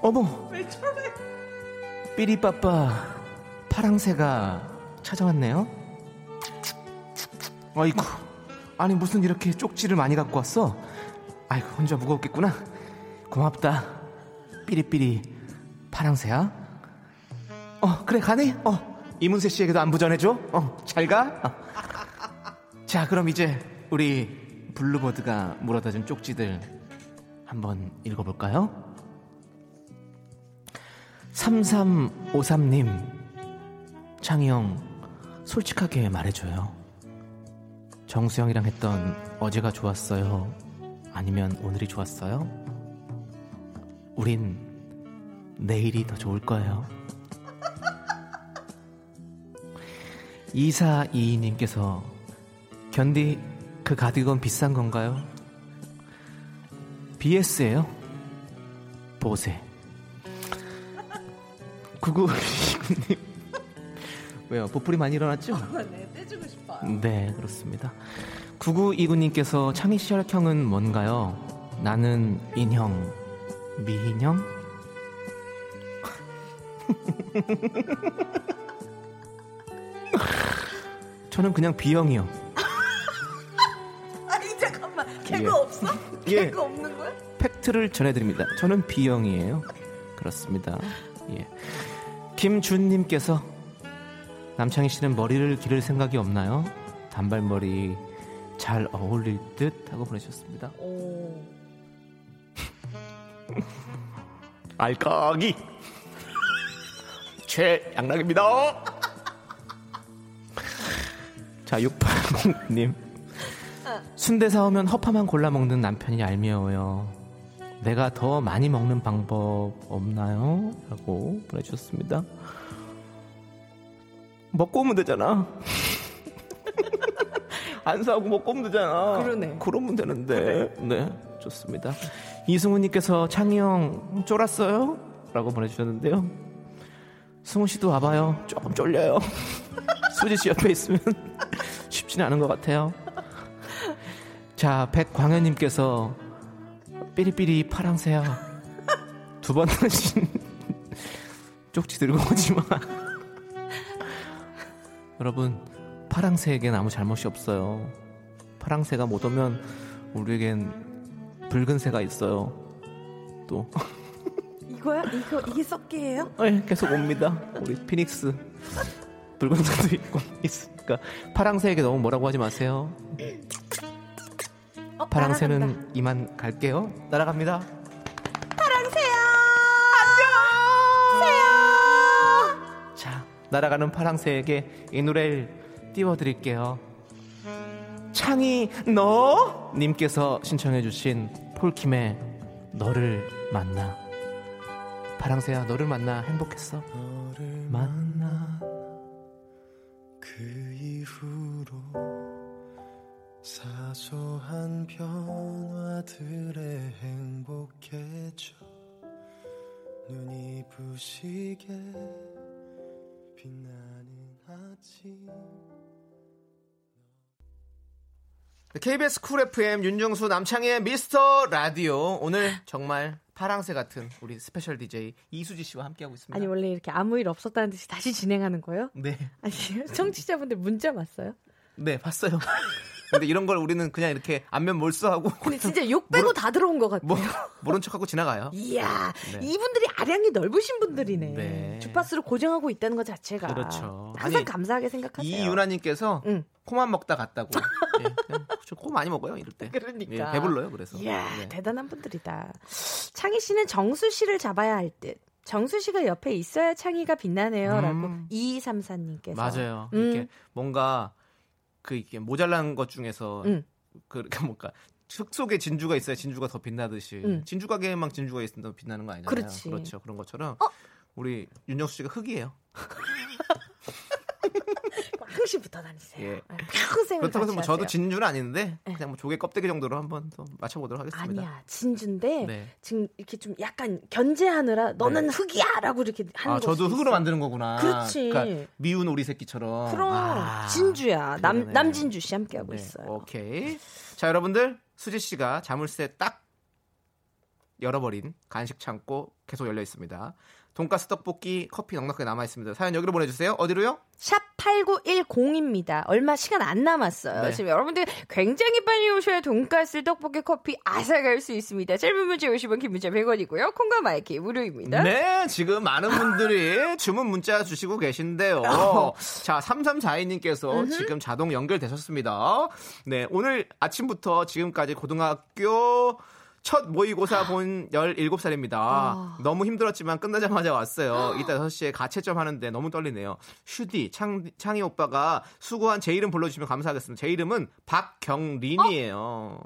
[SPEAKER 1] 어머. 왜 저래? 삐리빠빠 파랑새가 찾아왔네요. 아이쿠. 아니 무슨 이렇게 쪽지를 많이 갖고 왔어? 아이고 혼자 무거웠겠구나. 고맙다. 삐리삐리 파랑새야. 어 그래 가네. 어 이문세 씨에게도 안부 전해줘. 어잘 가. 어. 자 그럼 이제 우리 블루버드가 물어다준 쪽지들 한번 읽어볼까요? 3353님, 창희 형, 솔직하게 말해줘요. 정수영이랑 했던 어제가 좋았어요? 아니면 오늘이 좋았어요? 우린 내일이 더 좋을 거예요. 2422님께서, 견디, 그 가디건 비싼 건가요? BS예요? 보세. 9929님. 왜요? 보풀이 많이 일어났죠? 네, 떼주고 싶어요. 네, 그렇습니다. 9929님께서 창희 씨 혈액형은 뭔가요? 나는 인형, 미인형? 저는 그냥 B형이요.
[SPEAKER 2] 아니 잠깐만 개그
[SPEAKER 1] 예.
[SPEAKER 2] 없어?
[SPEAKER 1] 예.
[SPEAKER 2] 개그 없는 거야?
[SPEAKER 1] 팩트를 전해드립니다. 저는 B형이에요. 그렇습니다. 예. 김준님께서 남창희 씨는 머리를 기를 생각이 없나요? 단발머리 잘 어울릴 듯 하고 보내셨습니다.
[SPEAKER 2] 오.
[SPEAKER 1] 알까기 최양락입니다. 자, 680님. 순대 사오면 허파만 골라 먹는 남편이 얄미워요. 내가 더 많이 먹는 방법 없나요? 라고 보내주셨습니다. 먹고 오면 되잖아. 안 사오고 먹고 오면 되잖아.
[SPEAKER 2] 그러네.
[SPEAKER 1] 그러면 되는데. 네, 좋습니다. 이승우님께서 창희 형 쫄았어요? 라고 보내주셨는데요. 승우 씨도 와봐요. 조금 쫄려요. 수지 씨 옆에 있으면 쉽지는 않은 것 같아요. 자, 백광현님께서 삐리삐리 파랑새야 두 번 다시 쪽지 들고 오지 마. 여러분 파랑새에겐 아무 잘못이 없어요. 파랑새가 못 오면 우리에겐 붉은 새가 있어요. 또
[SPEAKER 2] 이거야? 이거 이게 썩기예요?
[SPEAKER 1] 예, 계속 옵니다. 우리 피닉스 붉은 새도 있고 있으니까 파랑새에게 너무 뭐라고 하지 마세요.
[SPEAKER 2] 어,
[SPEAKER 1] 파랑새는
[SPEAKER 2] 날아간다.
[SPEAKER 1] 이만 갈게요. 날아갑니다.
[SPEAKER 2] 파랑새야. 안녕. 새야.
[SPEAKER 1] 자, 날아가는 파랑새에게 이 노래를 띄워드릴게요. 창이 너 님께서 신청해주신 폴킴의 너를 만나. 파랑새야 너를 만나 행복했어. 만나.
[SPEAKER 8] 그 이후로 사소한 변화들에 행복해져 눈이 부시게 빛나는 아침
[SPEAKER 1] KBS 쿨 FM 윤정수 남창희의 미스터 라디오 오늘 정말 파랑새 같은 우리 스페셜 DJ 이수지 씨와 함께하고 있습니다.
[SPEAKER 2] 아니 원래 이렇게 아무 일 없었다는 듯이 다시 진행하는 거예요?
[SPEAKER 1] 네,
[SPEAKER 2] 아니 청취자분들 문자 왔어요?
[SPEAKER 1] 네 봤어요. 근데 이런 걸 우리는 그냥 이렇게 안면 몰수하고
[SPEAKER 2] 근데 진짜 욕 빼고
[SPEAKER 1] 모르-
[SPEAKER 2] 다 들어온 것 같아요.
[SPEAKER 1] 뭐 모른 척하고 지나가요.
[SPEAKER 2] 이야,
[SPEAKER 1] 네.
[SPEAKER 2] 이분들이 아량이 넓으신 분들이네.
[SPEAKER 1] 네.
[SPEAKER 2] 주파수를 고정하고 있다는 것 자체가.
[SPEAKER 1] 그렇죠.
[SPEAKER 2] 항상
[SPEAKER 1] 아니,
[SPEAKER 2] 감사하게 생각하세요. 음.
[SPEAKER 1] 이유나님께서
[SPEAKER 2] 응.
[SPEAKER 1] 코만 먹다 갔다고. 예, 그냥 저코 많이 먹어요 이럴 때.
[SPEAKER 2] 그러니까.
[SPEAKER 1] 예, 배불러요 그래서.
[SPEAKER 2] 이야,
[SPEAKER 1] 네.
[SPEAKER 2] 대단한 분들이다. 창희 씨는 정수 씨를 잡아야 할 듯. 정수 씨가 옆에 있어야 창희가 빛나네요. 라고
[SPEAKER 1] 음.
[SPEAKER 2] 2234님께서.
[SPEAKER 1] 맞아요.
[SPEAKER 2] 음.
[SPEAKER 1] 이렇게 뭔가 그 이게 모자란 것 중에서
[SPEAKER 2] 음.
[SPEAKER 1] 그러니까 뭔가 흙 속에 진주가 있어야 진주가 더 빛나듯이
[SPEAKER 2] 음.
[SPEAKER 1] 진주 가게에만 진주가 있으면 더 빛나는 거 아니잖아요.
[SPEAKER 2] 그렇지.
[SPEAKER 1] 그렇죠. 그런 것처럼
[SPEAKER 2] 어?
[SPEAKER 1] 우리 윤정수 씨가 흙이에요.
[SPEAKER 2] 항시부터 다니세요.
[SPEAKER 1] 예.
[SPEAKER 2] 평생을
[SPEAKER 1] 그렇다고 해서 뭐
[SPEAKER 2] 같이
[SPEAKER 1] 저도
[SPEAKER 2] 하세요. 네.
[SPEAKER 1] 진주는 아닌데 그냥 뭐 조개 껍데기 정도로 한번 또 맞춰보도록 하겠습니다.
[SPEAKER 2] 아니야 진주인데
[SPEAKER 1] 네.
[SPEAKER 2] 지금 이렇게 좀 약간 견제하느라 너는 흙이야라고 이렇게 하는
[SPEAKER 1] 아,
[SPEAKER 2] 거
[SPEAKER 1] 저도 흙으로 만드는 거구나.
[SPEAKER 2] 그렇지.
[SPEAKER 1] 그러니까 미운 오리 새끼처럼.
[SPEAKER 2] 그럼
[SPEAKER 1] 아.
[SPEAKER 2] 진주야 남
[SPEAKER 1] 그러네.
[SPEAKER 2] 남진주 씨 함께 하고
[SPEAKER 1] 네,
[SPEAKER 2] 있어요. 네.
[SPEAKER 1] 오케이. 자, 여러분들 수지 씨가 자물쇠 딱 열어버린 간식 창고 계속 열려 있습니다. 돈가스 떡볶이 커피 넉넉하게 남아 있습니다. 사연 여기로 보내주세요. 어디로요?
[SPEAKER 2] 샵 8910입니다. 얼마 시간 안 남았어요.
[SPEAKER 1] 네.
[SPEAKER 2] 지금 여러분들 굉장히 빨리 오셔야 돈가스, 떡볶이, 커피 아삭할 수 있습니다. 짧은 문자 50원, 긴 문자 100원이고요. 콩과 마이키 무료입니다.
[SPEAKER 1] 네, 지금 많은 분들이 주문 문자 주시고 계신데요.
[SPEAKER 2] 어.
[SPEAKER 1] 자, 3342님께서 지금 자동 연결되셨습니다. 네, 오늘 아침부터 지금까지 고등학교 첫
[SPEAKER 2] 아.
[SPEAKER 1] 모의고사 본 17살입니다.
[SPEAKER 2] 어.
[SPEAKER 1] 너무 힘들었지만 끝나자마자
[SPEAKER 2] 아.
[SPEAKER 1] 왔어요. 이따 6시에 가채점 하는데 너무 떨리네요. 슈디, 창, 창희 오빠가 수고한 제 이름 불러주시면 감사하겠습니다. 제 이름은 박경린이에요.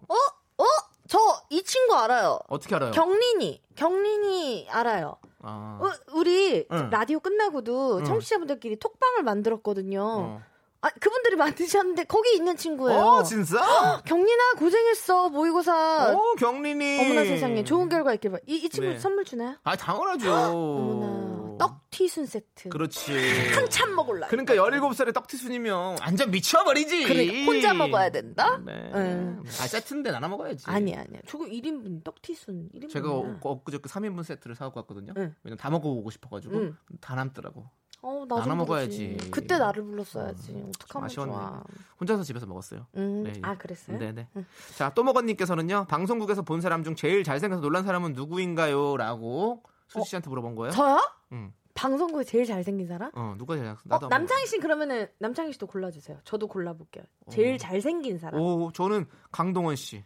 [SPEAKER 2] 어? 어? 저 이 친구 알아요.
[SPEAKER 1] 어? 떻게 알아요?
[SPEAKER 2] 경린이. 경린이 알아요.
[SPEAKER 1] 아,
[SPEAKER 2] 어, 우리
[SPEAKER 1] 응.
[SPEAKER 2] 라디오 끝나고도
[SPEAKER 1] 응.
[SPEAKER 2] 청취자분들끼리 톡방을 만들었거든요.
[SPEAKER 1] 어.
[SPEAKER 2] 아, 그분들이 만드셨는데 거기 있는 친구예요.
[SPEAKER 1] 어, 진짜?
[SPEAKER 2] 경린아 고생했어 모의고사.
[SPEAKER 1] 어, 경린이.
[SPEAKER 2] 어머나 세상에 좋은 결과 있길 바. 이, 이 친구
[SPEAKER 1] 네.
[SPEAKER 2] 선물 주나요?
[SPEAKER 1] 아 당연하죠.
[SPEAKER 2] 어머나 떡 튀순 세트.
[SPEAKER 1] 그렇지.
[SPEAKER 2] 한참 먹을라.
[SPEAKER 1] 그러니까 17살에 떡티순이면 완전 미쳐버리지.
[SPEAKER 2] 그러니까 혼자 먹어야 된다.
[SPEAKER 1] 네.
[SPEAKER 2] 응.
[SPEAKER 1] 아, 세트인데 나눠 먹어야지.
[SPEAKER 2] 아니 야 음. 아니야. 저거 1인분 떡 튀순 1인분.
[SPEAKER 1] 제가 어- 엊그저께 3인분 세트를 사갖고 왔거든요.
[SPEAKER 2] 응.
[SPEAKER 1] 왜냐면 다 먹어보고 싶어가지고.
[SPEAKER 2] 응.
[SPEAKER 1] 다 남더라고.
[SPEAKER 2] 어, 나
[SPEAKER 1] 나눠
[SPEAKER 2] 좀 부르지.
[SPEAKER 1] 먹어야지.
[SPEAKER 2] 그때 나를 불렀어야지. 어떡하면
[SPEAKER 1] 아쉬웠네.
[SPEAKER 2] 좋아.
[SPEAKER 1] 혼자서 집에서 먹었어요.
[SPEAKER 2] 음.
[SPEAKER 1] 네.
[SPEAKER 2] 아 그랬어요?
[SPEAKER 1] 네네. 자, 또먹었님께서는요, 방송국에서 본 사람 중 제일 잘생겨서 놀란 사람은 누구인가요? 라고 수지 씨한테 물어본 거예요.
[SPEAKER 2] 저요?
[SPEAKER 1] 응.
[SPEAKER 2] 방송국에 제일 잘생긴 사람?
[SPEAKER 1] 어, 누가 제일 잘생겼어?
[SPEAKER 2] 어, 남창희 씨 그러면은 남창희 씨도 골라주세요. 저도 골라볼게요. 제일 잘생긴 사람.
[SPEAKER 1] 어. 오, 저는 강동원 씨.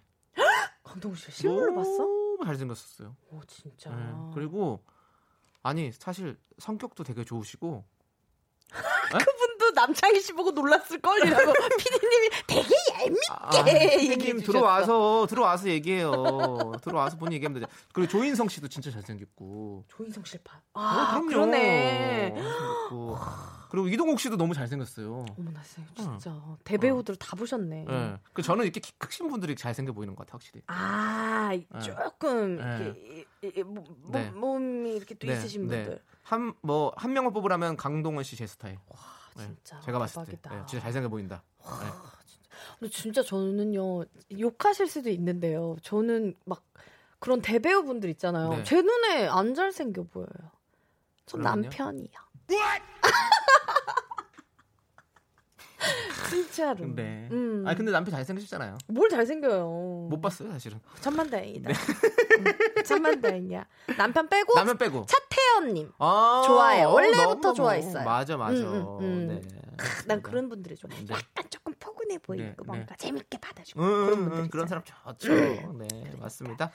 [SPEAKER 2] 강동우 씨 실물로 봤어?
[SPEAKER 1] 너무 잘생겼었어요.
[SPEAKER 2] 오 진짜.
[SPEAKER 1] 네. 그리고 아니 사실 성격도 되게 좋으시고
[SPEAKER 2] 그분도 남창희 씨 보고 놀랐을 걸이라고 피디님이 되게 얄밉게 얘기해
[SPEAKER 1] 아, 선생님
[SPEAKER 2] 주셨어.
[SPEAKER 1] 들어와서 들어와서 얘기해요. 들어와서 본인 얘기하면 되죠. 그리고 조인성 씨도 진짜 잘생겼고.
[SPEAKER 2] 조인성 실파.
[SPEAKER 1] 어,
[SPEAKER 2] 아
[SPEAKER 1] 그럼요.
[SPEAKER 2] 그러네.
[SPEAKER 1] 잘생겼고. 그리고 이동욱 씨도 너무 잘생겼어요.
[SPEAKER 2] 어머나 쌤 진짜 대배우들 다 보셨네.
[SPEAKER 1] 예. 그 저는 이렇게 키 크신 분들이 잘생겨 보이는 것 같아요, 확실히.
[SPEAKER 2] 아 조금
[SPEAKER 1] 네.
[SPEAKER 2] 이렇게 이- 이- 이- 몸- 몸-
[SPEAKER 1] 네.
[SPEAKER 2] 몸이 이렇게 또 있으신 분들.
[SPEAKER 1] 한뭐 한 명을 뽑으라면 강동원 씨 제 스타일. 예.
[SPEAKER 2] 아, 진짜
[SPEAKER 1] 제가 봤을 때
[SPEAKER 2] 대박이다.
[SPEAKER 1] 예, 진짜 잘생겨 보인다. 예.
[SPEAKER 2] 근데 진짜 저는요 욕하실 수도 있는데요. 저는 막 그런 대배우분들 있잖아요.
[SPEAKER 1] 네.
[SPEAKER 2] 제 눈에 안 잘생겨 보여요. 저
[SPEAKER 1] 그러면요?
[SPEAKER 2] 남편이요. 진짜로.
[SPEAKER 1] 근데
[SPEAKER 2] 음.
[SPEAKER 1] 아니 근데 남편 잘생기셨잖아요.
[SPEAKER 2] 뭘 잘생겨요.
[SPEAKER 1] 못 봤어요, 네. 사실은.
[SPEAKER 2] 천만 다행이다. 음, 천만 다행이야. 남편 빼고
[SPEAKER 1] 라면 빼고.
[SPEAKER 2] 차태현님.
[SPEAKER 1] 아,
[SPEAKER 2] 좋아해요.
[SPEAKER 1] 너무,
[SPEAKER 2] 원래부터
[SPEAKER 1] 너무.
[SPEAKER 2] 좋아했어요.
[SPEAKER 1] 맞아, 맞아.
[SPEAKER 2] 음, 음, 음.
[SPEAKER 1] 네.
[SPEAKER 2] 난 그런 분들이 좋아.
[SPEAKER 1] 네.
[SPEAKER 2] 약간 조금 포근해 보이고
[SPEAKER 1] 네,
[SPEAKER 2] 뭔가 재밌게 받아주고
[SPEAKER 1] 음,
[SPEAKER 2] 그런
[SPEAKER 1] 음,
[SPEAKER 2] 분들
[SPEAKER 1] 음, 그런
[SPEAKER 2] 있잖아요.
[SPEAKER 1] 사람 좋죠. 네, 맞습니다.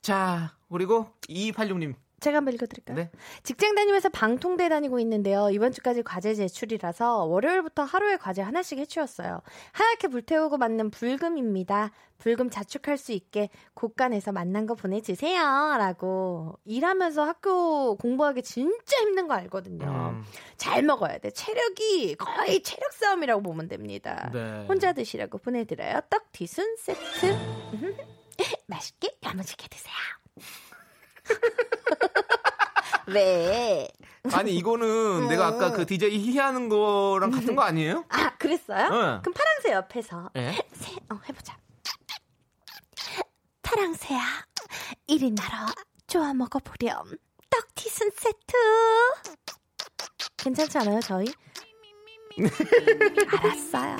[SPEAKER 1] 자, 그리고 2286님.
[SPEAKER 2] 제가 한번 읽어드릴까요?
[SPEAKER 1] 네.
[SPEAKER 2] 직장 다니면서 방통대 다니고 있는데요. 이번 주까지 과제 제출이라서 월요일부터 하루에 과제 하나씩 해치웠어요. 하얗게 불태우고 맞는 불금입니다. 불금 자축할 수 있게 곳간에서 만난 거 보내주세요. 라고 일하면서 학교 공부하기 진짜 힘든 거 알거든요.
[SPEAKER 1] 음.
[SPEAKER 2] 잘 먹어야 돼. 체력이 거의 체력 싸움이라고 보면 됩니다.
[SPEAKER 1] 네.
[SPEAKER 2] 혼자 드시라고 보내드려요. 떡 뒤순 세트. 맛있게 야무지게 드세요. 왜?
[SPEAKER 1] 아니, 이거는
[SPEAKER 2] 음.
[SPEAKER 1] 내가 아까 그 DJ 희하는 거랑 같은 거 아니에요?
[SPEAKER 2] 아, 그랬어요?
[SPEAKER 1] 응.
[SPEAKER 2] 그럼 파랑새 옆에서
[SPEAKER 1] 예.
[SPEAKER 2] 새, 어, 해보자. 파랑새야, 이리 나라 좋아 먹어보렴. 떡 티순 세트. 괜찮지 않아요, 저희? 알았어요.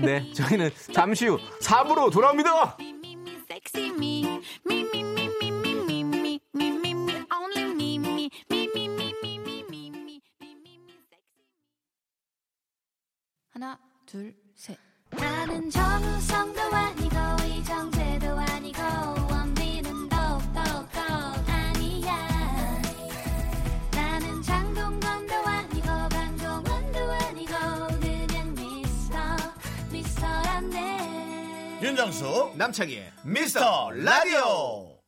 [SPEAKER 1] 네, 저희는 잠시 후 4부로 돌아옵니다.
[SPEAKER 3] me, me, me, sexy me. Me, me, me, me, me, me, me, me, me, me, only me, me, me, me, me, me, me, me, me, me, me, me, sexy. 하나, 둘, 셋. 나는 정우성도 아니고 이정재도 아니고 원빈은 더욱더 아니야 나는 장동건도 아니고 강동원도 아니고 그냥 미스터 미스터란데
[SPEAKER 4] 윤정수
[SPEAKER 1] 남창희의
[SPEAKER 4] 미스터 라디오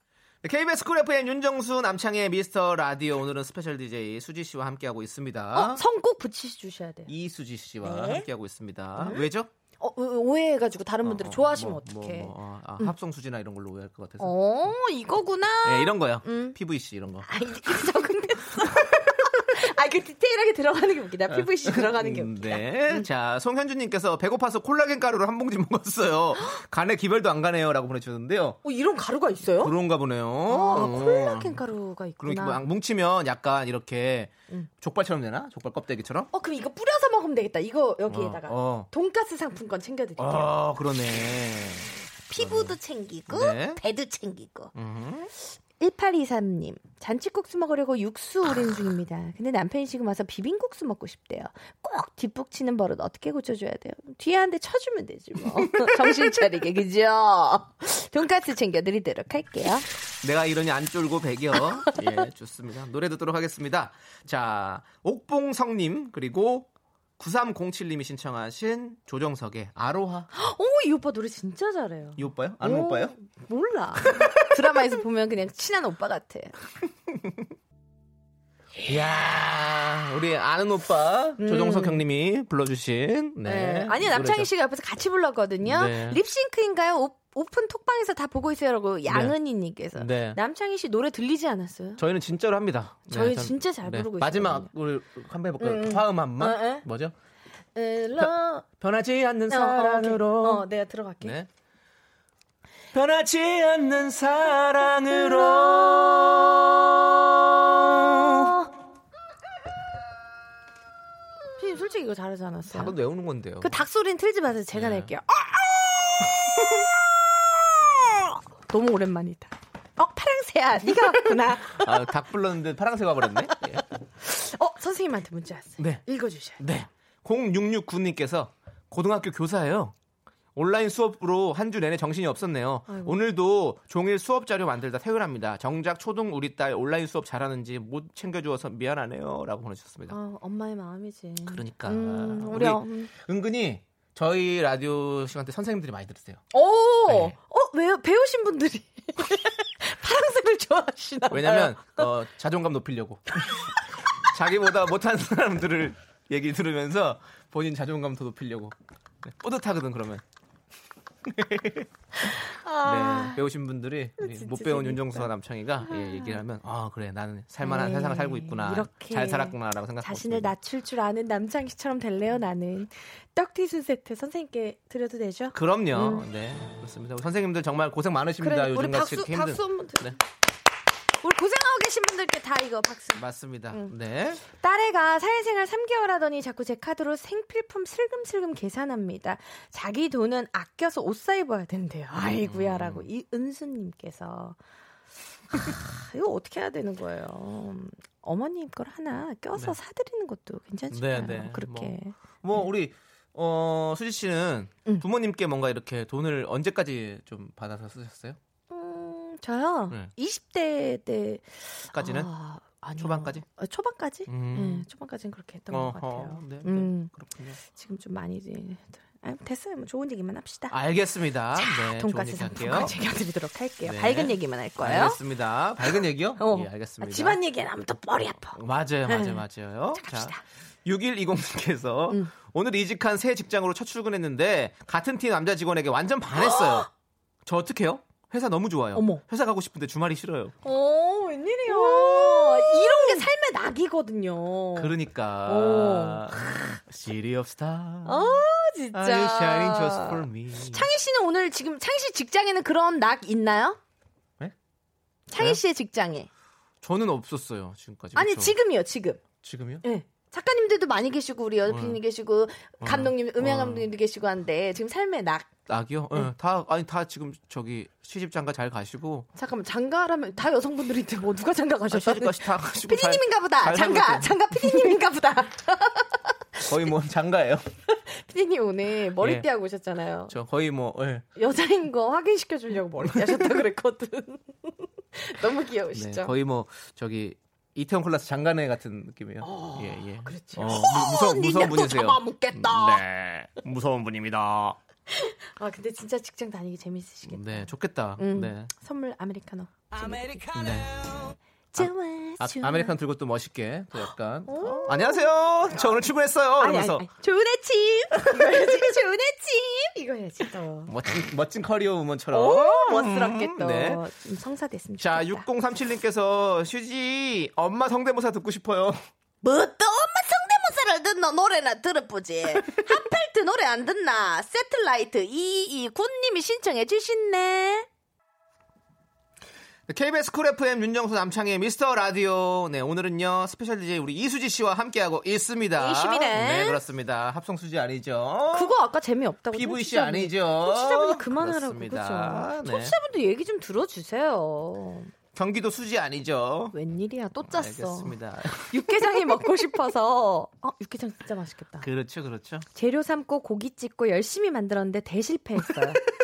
[SPEAKER 1] KBS 쿨 FM 윤정수 남창희의 미스터 라디오 오늘은 스페셜 DJ 수지 씨와 함께하고 있습니다.
[SPEAKER 2] 어, 성 꼭 붙이주셔야 돼요.
[SPEAKER 1] 이수지
[SPEAKER 2] 네.
[SPEAKER 1] 씨와 함께하고 있습니다. 왜죠?
[SPEAKER 2] 어, 오- 오해해가지고 다른 분들이
[SPEAKER 1] 어,
[SPEAKER 2] 좋아하시면
[SPEAKER 1] 뭐,
[SPEAKER 2] 어떡해. 음.
[SPEAKER 1] 뭐, 뭐, 아, 합성 수지나 이런 걸로 오해할 것 같아서.
[SPEAKER 2] 어, 이거구나.
[SPEAKER 1] 네, 이런 거요.
[SPEAKER 2] 음.
[SPEAKER 1] PVC 이런 거.
[SPEAKER 2] 아, 이제 적응됐어. 아, 그 디테일하게 들어가는 게 웃기다. PVC 들어가는 게
[SPEAKER 1] 음,
[SPEAKER 2] 웃기다.
[SPEAKER 1] 네. 자, 송현주님께서 배고파서 콜라겐 가루를 한 봉지 먹었어요. 간에 기별도 안 가네요. 라고 보내주셨는데요.
[SPEAKER 2] 어, 이런 가루가 있어요?
[SPEAKER 1] 그런가 보네요.
[SPEAKER 2] 아,
[SPEAKER 1] 어.
[SPEAKER 2] 콜라겐 가루가
[SPEAKER 1] 그러니까
[SPEAKER 2] 있구나. 음.
[SPEAKER 1] 뭐 뭉치면 약간 이렇게 족발처럼 되나? 족발 껍데기처럼?
[SPEAKER 2] 어, 그럼 이거 뿌려서 먹으면 되겠다. 이거 여기에다가
[SPEAKER 1] 어.
[SPEAKER 2] 돈가스 상품권 챙겨드릴게요.
[SPEAKER 1] 아, 그러네.
[SPEAKER 2] 피부도 챙기고
[SPEAKER 1] 네. 음.
[SPEAKER 2] 배도 챙기고. 1823님 잔치국수 먹으려고 육수
[SPEAKER 1] 아.
[SPEAKER 2] 우린 중입니다. 근데 남편이 지금 와서 비빔국수 먹고 싶대요. 꼭 뒷북치는 버릇 어떻게 고쳐줘야 돼요? 뒤에 한 대 쳐주면 되지 뭐. 정신 차리게 그죠? 돈까스 챙겨드리도록 할게요.
[SPEAKER 1] 내가 이러니 안 쫄고 배겨. 예, 좋습니다. 노래 듣도록 하겠습니다. 자, 옥봉성님, 그리고 9307님이 신청하신 조정석의 아로하.
[SPEAKER 2] 오이 오빠 노래 진짜 잘해요.
[SPEAKER 1] 이 오빠요? 아는
[SPEAKER 2] 오,
[SPEAKER 1] 오빠요?
[SPEAKER 2] 몰라. 드라마에서 보면 그냥 친한 오빠 같아.
[SPEAKER 1] 이야, 우리 아는 오빠 조정석 형님이 불러주신. 네.
[SPEAKER 2] 음. 네. 아니 남창희
[SPEAKER 1] 노래죠.
[SPEAKER 2] 씨가 옆에서 같이 불렀거든요.
[SPEAKER 1] 네.
[SPEAKER 2] 립싱크인가요? 오, 오픈 톡방에서 다 보고 있어요라고 양은희님께서
[SPEAKER 1] 네.
[SPEAKER 2] 남창희 씨 노래 들리지 않았어요?
[SPEAKER 1] 저희는 진짜로 합니다.
[SPEAKER 2] 저희
[SPEAKER 1] 전-
[SPEAKER 2] 진짜 잘 부르고
[SPEAKER 1] 마지막 우리 한번 해볼까요?
[SPEAKER 2] 음, 음.
[SPEAKER 1] 화음 한번.
[SPEAKER 2] 어, 어.
[SPEAKER 1] 뭐죠?
[SPEAKER 2] 에, 러-
[SPEAKER 1] 변하지 않는
[SPEAKER 2] 어,
[SPEAKER 1] 사랑으로.
[SPEAKER 2] 어, 오케이. 어, 내가 들어갈게.
[SPEAKER 1] 네. 변하지 않는 사랑으로.
[SPEAKER 2] 어. 선생님 솔직히 이거 잘하지 않았어요?
[SPEAKER 1] 답은 외우는 건데요.
[SPEAKER 2] 그 닭소리는 틀지 마세요. 제가
[SPEAKER 1] 네.
[SPEAKER 2] 낼게요. 어! 너무 오랜만이다. 어 파랑새야 네가 왔구나.
[SPEAKER 1] 아, 닭 불렀는데 파랑새가 버렸네. 예.
[SPEAKER 2] 어 선생님한테 문자 왔어요.
[SPEAKER 1] 네.
[SPEAKER 2] 읽어주셔야 돼요.
[SPEAKER 1] 네. 0669님께서 고등학교 교사예요. 온라인 수업으로 한 주 내내 정신이 없었네요.
[SPEAKER 2] 아이고.
[SPEAKER 1] 오늘도 종일 수업 자료 만들다 퇴근합니다. 정작 초등 우리 딸 온라인 수업 잘하는지 못 챙겨주어서 미안하네요라고 보내주셨습니다.
[SPEAKER 2] 어, 엄마의 마음이지.
[SPEAKER 1] 그러니까
[SPEAKER 2] 음,
[SPEAKER 1] 우리
[SPEAKER 2] 우리 엄-
[SPEAKER 1] 은근히 저희 라디오 시간 때 선생님들이 많이 들으세요.
[SPEAKER 2] 오,
[SPEAKER 1] 네.
[SPEAKER 2] 어 왜요? 배우신 분들이 파랑색을 좋아하시나 봐요.
[SPEAKER 1] 왜냐면 어, 자존감 높이려고 자기보다 못한 사람들을 얘기 들으면서 본인 자존감 더 높이려고 네, 뿌듯하거든 그러면. 네, 배우신 분들이 이
[SPEAKER 2] 아. 진짜
[SPEAKER 1] 못 배운
[SPEAKER 2] 재밌다.
[SPEAKER 1] 윤정수와 남창희가 예, 얘기를 하면 아 그래 나는 살만한
[SPEAKER 2] 네,
[SPEAKER 1] 세상을 살고 있구나
[SPEAKER 2] 이렇게
[SPEAKER 1] 잘 살았구나라고 생각하고
[SPEAKER 2] 자신을
[SPEAKER 1] 있습니다.
[SPEAKER 2] 낮출 줄 아는 남창희 씨처럼 될래요 나는 떡튀순 세트 선생님께 드려도 되죠?
[SPEAKER 1] 그럼요 네 그렇습니다 우리 선생님들 정말 고생 많으십니다
[SPEAKER 2] 음. 우리
[SPEAKER 1] 요즘 같이
[SPEAKER 2] 박수
[SPEAKER 1] 이렇게 힘든
[SPEAKER 2] 박수 한번 드.
[SPEAKER 1] 네.
[SPEAKER 2] 우리 고생하고 계신 분들께 다 이거 박수.
[SPEAKER 1] 맞습니다
[SPEAKER 2] 음.
[SPEAKER 1] 네
[SPEAKER 2] 딸애가 사회생활 3개월 하더니 자꾸 제 카드로 생필품 슬금슬금 계산합니다. 자기 돈은 아껴서 옷 사 입어야 된대요.
[SPEAKER 1] 음.
[SPEAKER 2] 아이구야라고 이 은수님께서 하, 이거 어떻게 해야 되는 거예요? 어머님 걸 하나 껴서
[SPEAKER 1] 네.
[SPEAKER 2] 사드리는 것도 괜찮을까요?
[SPEAKER 1] 네, 네.
[SPEAKER 2] 그렇게
[SPEAKER 1] 뭐 우리 어 수지 씨는
[SPEAKER 2] 음.
[SPEAKER 1] 부모님께 뭔가 이렇게 돈을 언제까지 좀 받아서 쓰셨어요?
[SPEAKER 2] 음, 저요
[SPEAKER 1] 네.
[SPEAKER 2] 20대 때
[SPEAKER 1] 까지는?
[SPEAKER 2] 아, 아니요.
[SPEAKER 1] 초반까지?
[SPEAKER 2] 아, 초반까지?
[SPEAKER 1] 음.
[SPEAKER 2] 네, 초반까지는 그렇게 했던 것
[SPEAKER 1] 어허,
[SPEAKER 2] 같아요.
[SPEAKER 1] 네, 네.
[SPEAKER 2] 음,
[SPEAKER 1] 그렇군요.
[SPEAKER 2] 지금 좀 많이 이제 아, 됐어요. 뭐 좋은 얘기만 합시다.
[SPEAKER 1] 알겠습니다. 네,
[SPEAKER 2] 돈까스
[SPEAKER 1] 좋은 얘기
[SPEAKER 2] 상품권 챙겨드리도록 할게요.
[SPEAKER 1] 네.
[SPEAKER 2] 밝은 얘기만 할 거예요.
[SPEAKER 1] 알겠습니다. 밝은 얘기요?
[SPEAKER 2] 어.
[SPEAKER 1] 예, 알겠습니다.
[SPEAKER 2] 아, 집안 얘기는 아무튼 머리
[SPEAKER 1] 어?
[SPEAKER 2] 아파.
[SPEAKER 1] 맞아요,
[SPEAKER 2] 네.
[SPEAKER 1] 맞아요, 맞아요.
[SPEAKER 2] 갑시다. 음.
[SPEAKER 1] 6120님께서 오늘 이직한 새 직장으로 첫 출근했는데 같은 팀 남자 직원에게 완전 반했어요. 저 어떡해요? 회사 너무 좋아요.
[SPEAKER 2] 어머.
[SPEAKER 1] 회사 가고 싶은데 주말이 싫어요.
[SPEAKER 2] 오, 웬일이야. 이런 게 삶의 낙이거든요.
[SPEAKER 1] 그러니까
[SPEAKER 2] 오.
[SPEAKER 1] City of Stars.
[SPEAKER 2] 어, 진짜.
[SPEAKER 1] Are you shining just for me?
[SPEAKER 2] 창희 씨는 오늘 지금 창희 씨 직장에는 그런 낙 있나요?
[SPEAKER 1] 네?
[SPEAKER 2] 창희
[SPEAKER 1] 네?
[SPEAKER 2] 씨의 직장에.
[SPEAKER 1] 저는 없었어요 지금까지.
[SPEAKER 2] 아니,
[SPEAKER 1] 그쵸?
[SPEAKER 2] 지금이요, 지금.
[SPEAKER 1] 지금이요?
[SPEAKER 2] 예. 작가님들도 많이 계시고 우리
[SPEAKER 1] 어.
[SPEAKER 2] 연필님 계시고 감독님 음향 감독님도 계시고 한데 지금 삶의 낙
[SPEAKER 1] 낙이요?
[SPEAKER 2] 네.
[SPEAKER 1] 예, 다 아니 다 지금 저기 시집 장가 잘 가시고
[SPEAKER 2] 잠깐만 장가라면 다 여성분들인데 뭐 누가 장가 가셨어요?
[SPEAKER 1] 시집까지 다 가시고 잘-
[SPEAKER 2] 피디님인가 보다.
[SPEAKER 1] 잘 살고
[SPEAKER 2] 장가
[SPEAKER 1] 있어요.
[SPEAKER 2] 장가 피디님인가 보다.
[SPEAKER 1] 거의 뭐 장가예요.
[SPEAKER 2] 피디님 오늘
[SPEAKER 1] 예.
[SPEAKER 2] 머리띠 하고 오셨잖아요.
[SPEAKER 1] 저 거의 뭐 예.
[SPEAKER 2] 여자인 거 확인시켜 주려고 머리띠 하셨다 그랬거든. 너무
[SPEAKER 1] 네,
[SPEAKER 2] 귀여우시죠?
[SPEAKER 1] 거의 뭐 저기 이태원 클라스 장관회 같은 느낌이에요. 예, 예.
[SPEAKER 2] 그렇죠.
[SPEAKER 1] 어, 무- 무서운 무서운 분이세요.
[SPEAKER 2] 잡아먹겠다.
[SPEAKER 1] 네, 무서운 분입니다.
[SPEAKER 2] 아 근데 진짜 직장 다니기 재밌으시겠다.
[SPEAKER 1] 네, 좋겠다.
[SPEAKER 2] 음.
[SPEAKER 1] 네,
[SPEAKER 2] 선물 아메리카노.
[SPEAKER 1] 네.
[SPEAKER 2] 좋아,
[SPEAKER 1] 아,
[SPEAKER 2] 좋아.
[SPEAKER 1] 아메리칸 들고 또 멋있게 또 약간 어, 안녕하세요. 저 오늘 출근했어요.
[SPEAKER 2] 아니,
[SPEAKER 1] 이러면서
[SPEAKER 2] 아니, 아니. 좋은 아침. 이거 해야지. 좋은 아침. 이거 해야지 또.
[SPEAKER 1] 멋진 멋진 커리어 우먼처럼.
[SPEAKER 2] 오, 멋스럽게
[SPEAKER 1] 음,
[SPEAKER 2] 또.
[SPEAKER 1] 네.
[SPEAKER 2] 좀 성사됐으면
[SPEAKER 1] 자,
[SPEAKER 2] 좋겠다.
[SPEAKER 1] 6037님께서 휴지 엄마 성대모사 듣고 싶어요.
[SPEAKER 2] 뭐또 엄마 성대모사를 듣노 노래나 들어보지 핫팔트 노래 안 듣나 세틀라이트 2229님이 신청해 주신네
[SPEAKER 1] KBS 쿨 FM 윤정수 남창의 미스터 라디오. 네, 오늘은요, 스페셜 DJ 우리 이수지 씨와 함께하고 있습니다.
[SPEAKER 2] 이수지네.
[SPEAKER 1] 네, 그렇습니다. 합성수지 아니죠.
[SPEAKER 2] 그거 아까 재미없다고
[SPEAKER 1] PVC
[SPEAKER 2] 청취자분이-
[SPEAKER 1] 아니죠.
[SPEAKER 2] 청취자분이 그만하라고
[SPEAKER 1] 그렇습니다.
[SPEAKER 2] 그죠
[SPEAKER 1] 네.
[SPEAKER 2] 청취자분들 얘기 좀 들어주세요
[SPEAKER 1] 경기도 수지 아니죠.
[SPEAKER 2] 네, 웬일이야 또 짰어
[SPEAKER 1] 알겠습니다.
[SPEAKER 2] 육개장이 먹고 싶어서 어, 육개장 진짜 맛있겠다
[SPEAKER 1] 그렇죠, 그렇죠.
[SPEAKER 2] 재료 삶고 고기 찢고 열심히 만들었는데 대실패했어요.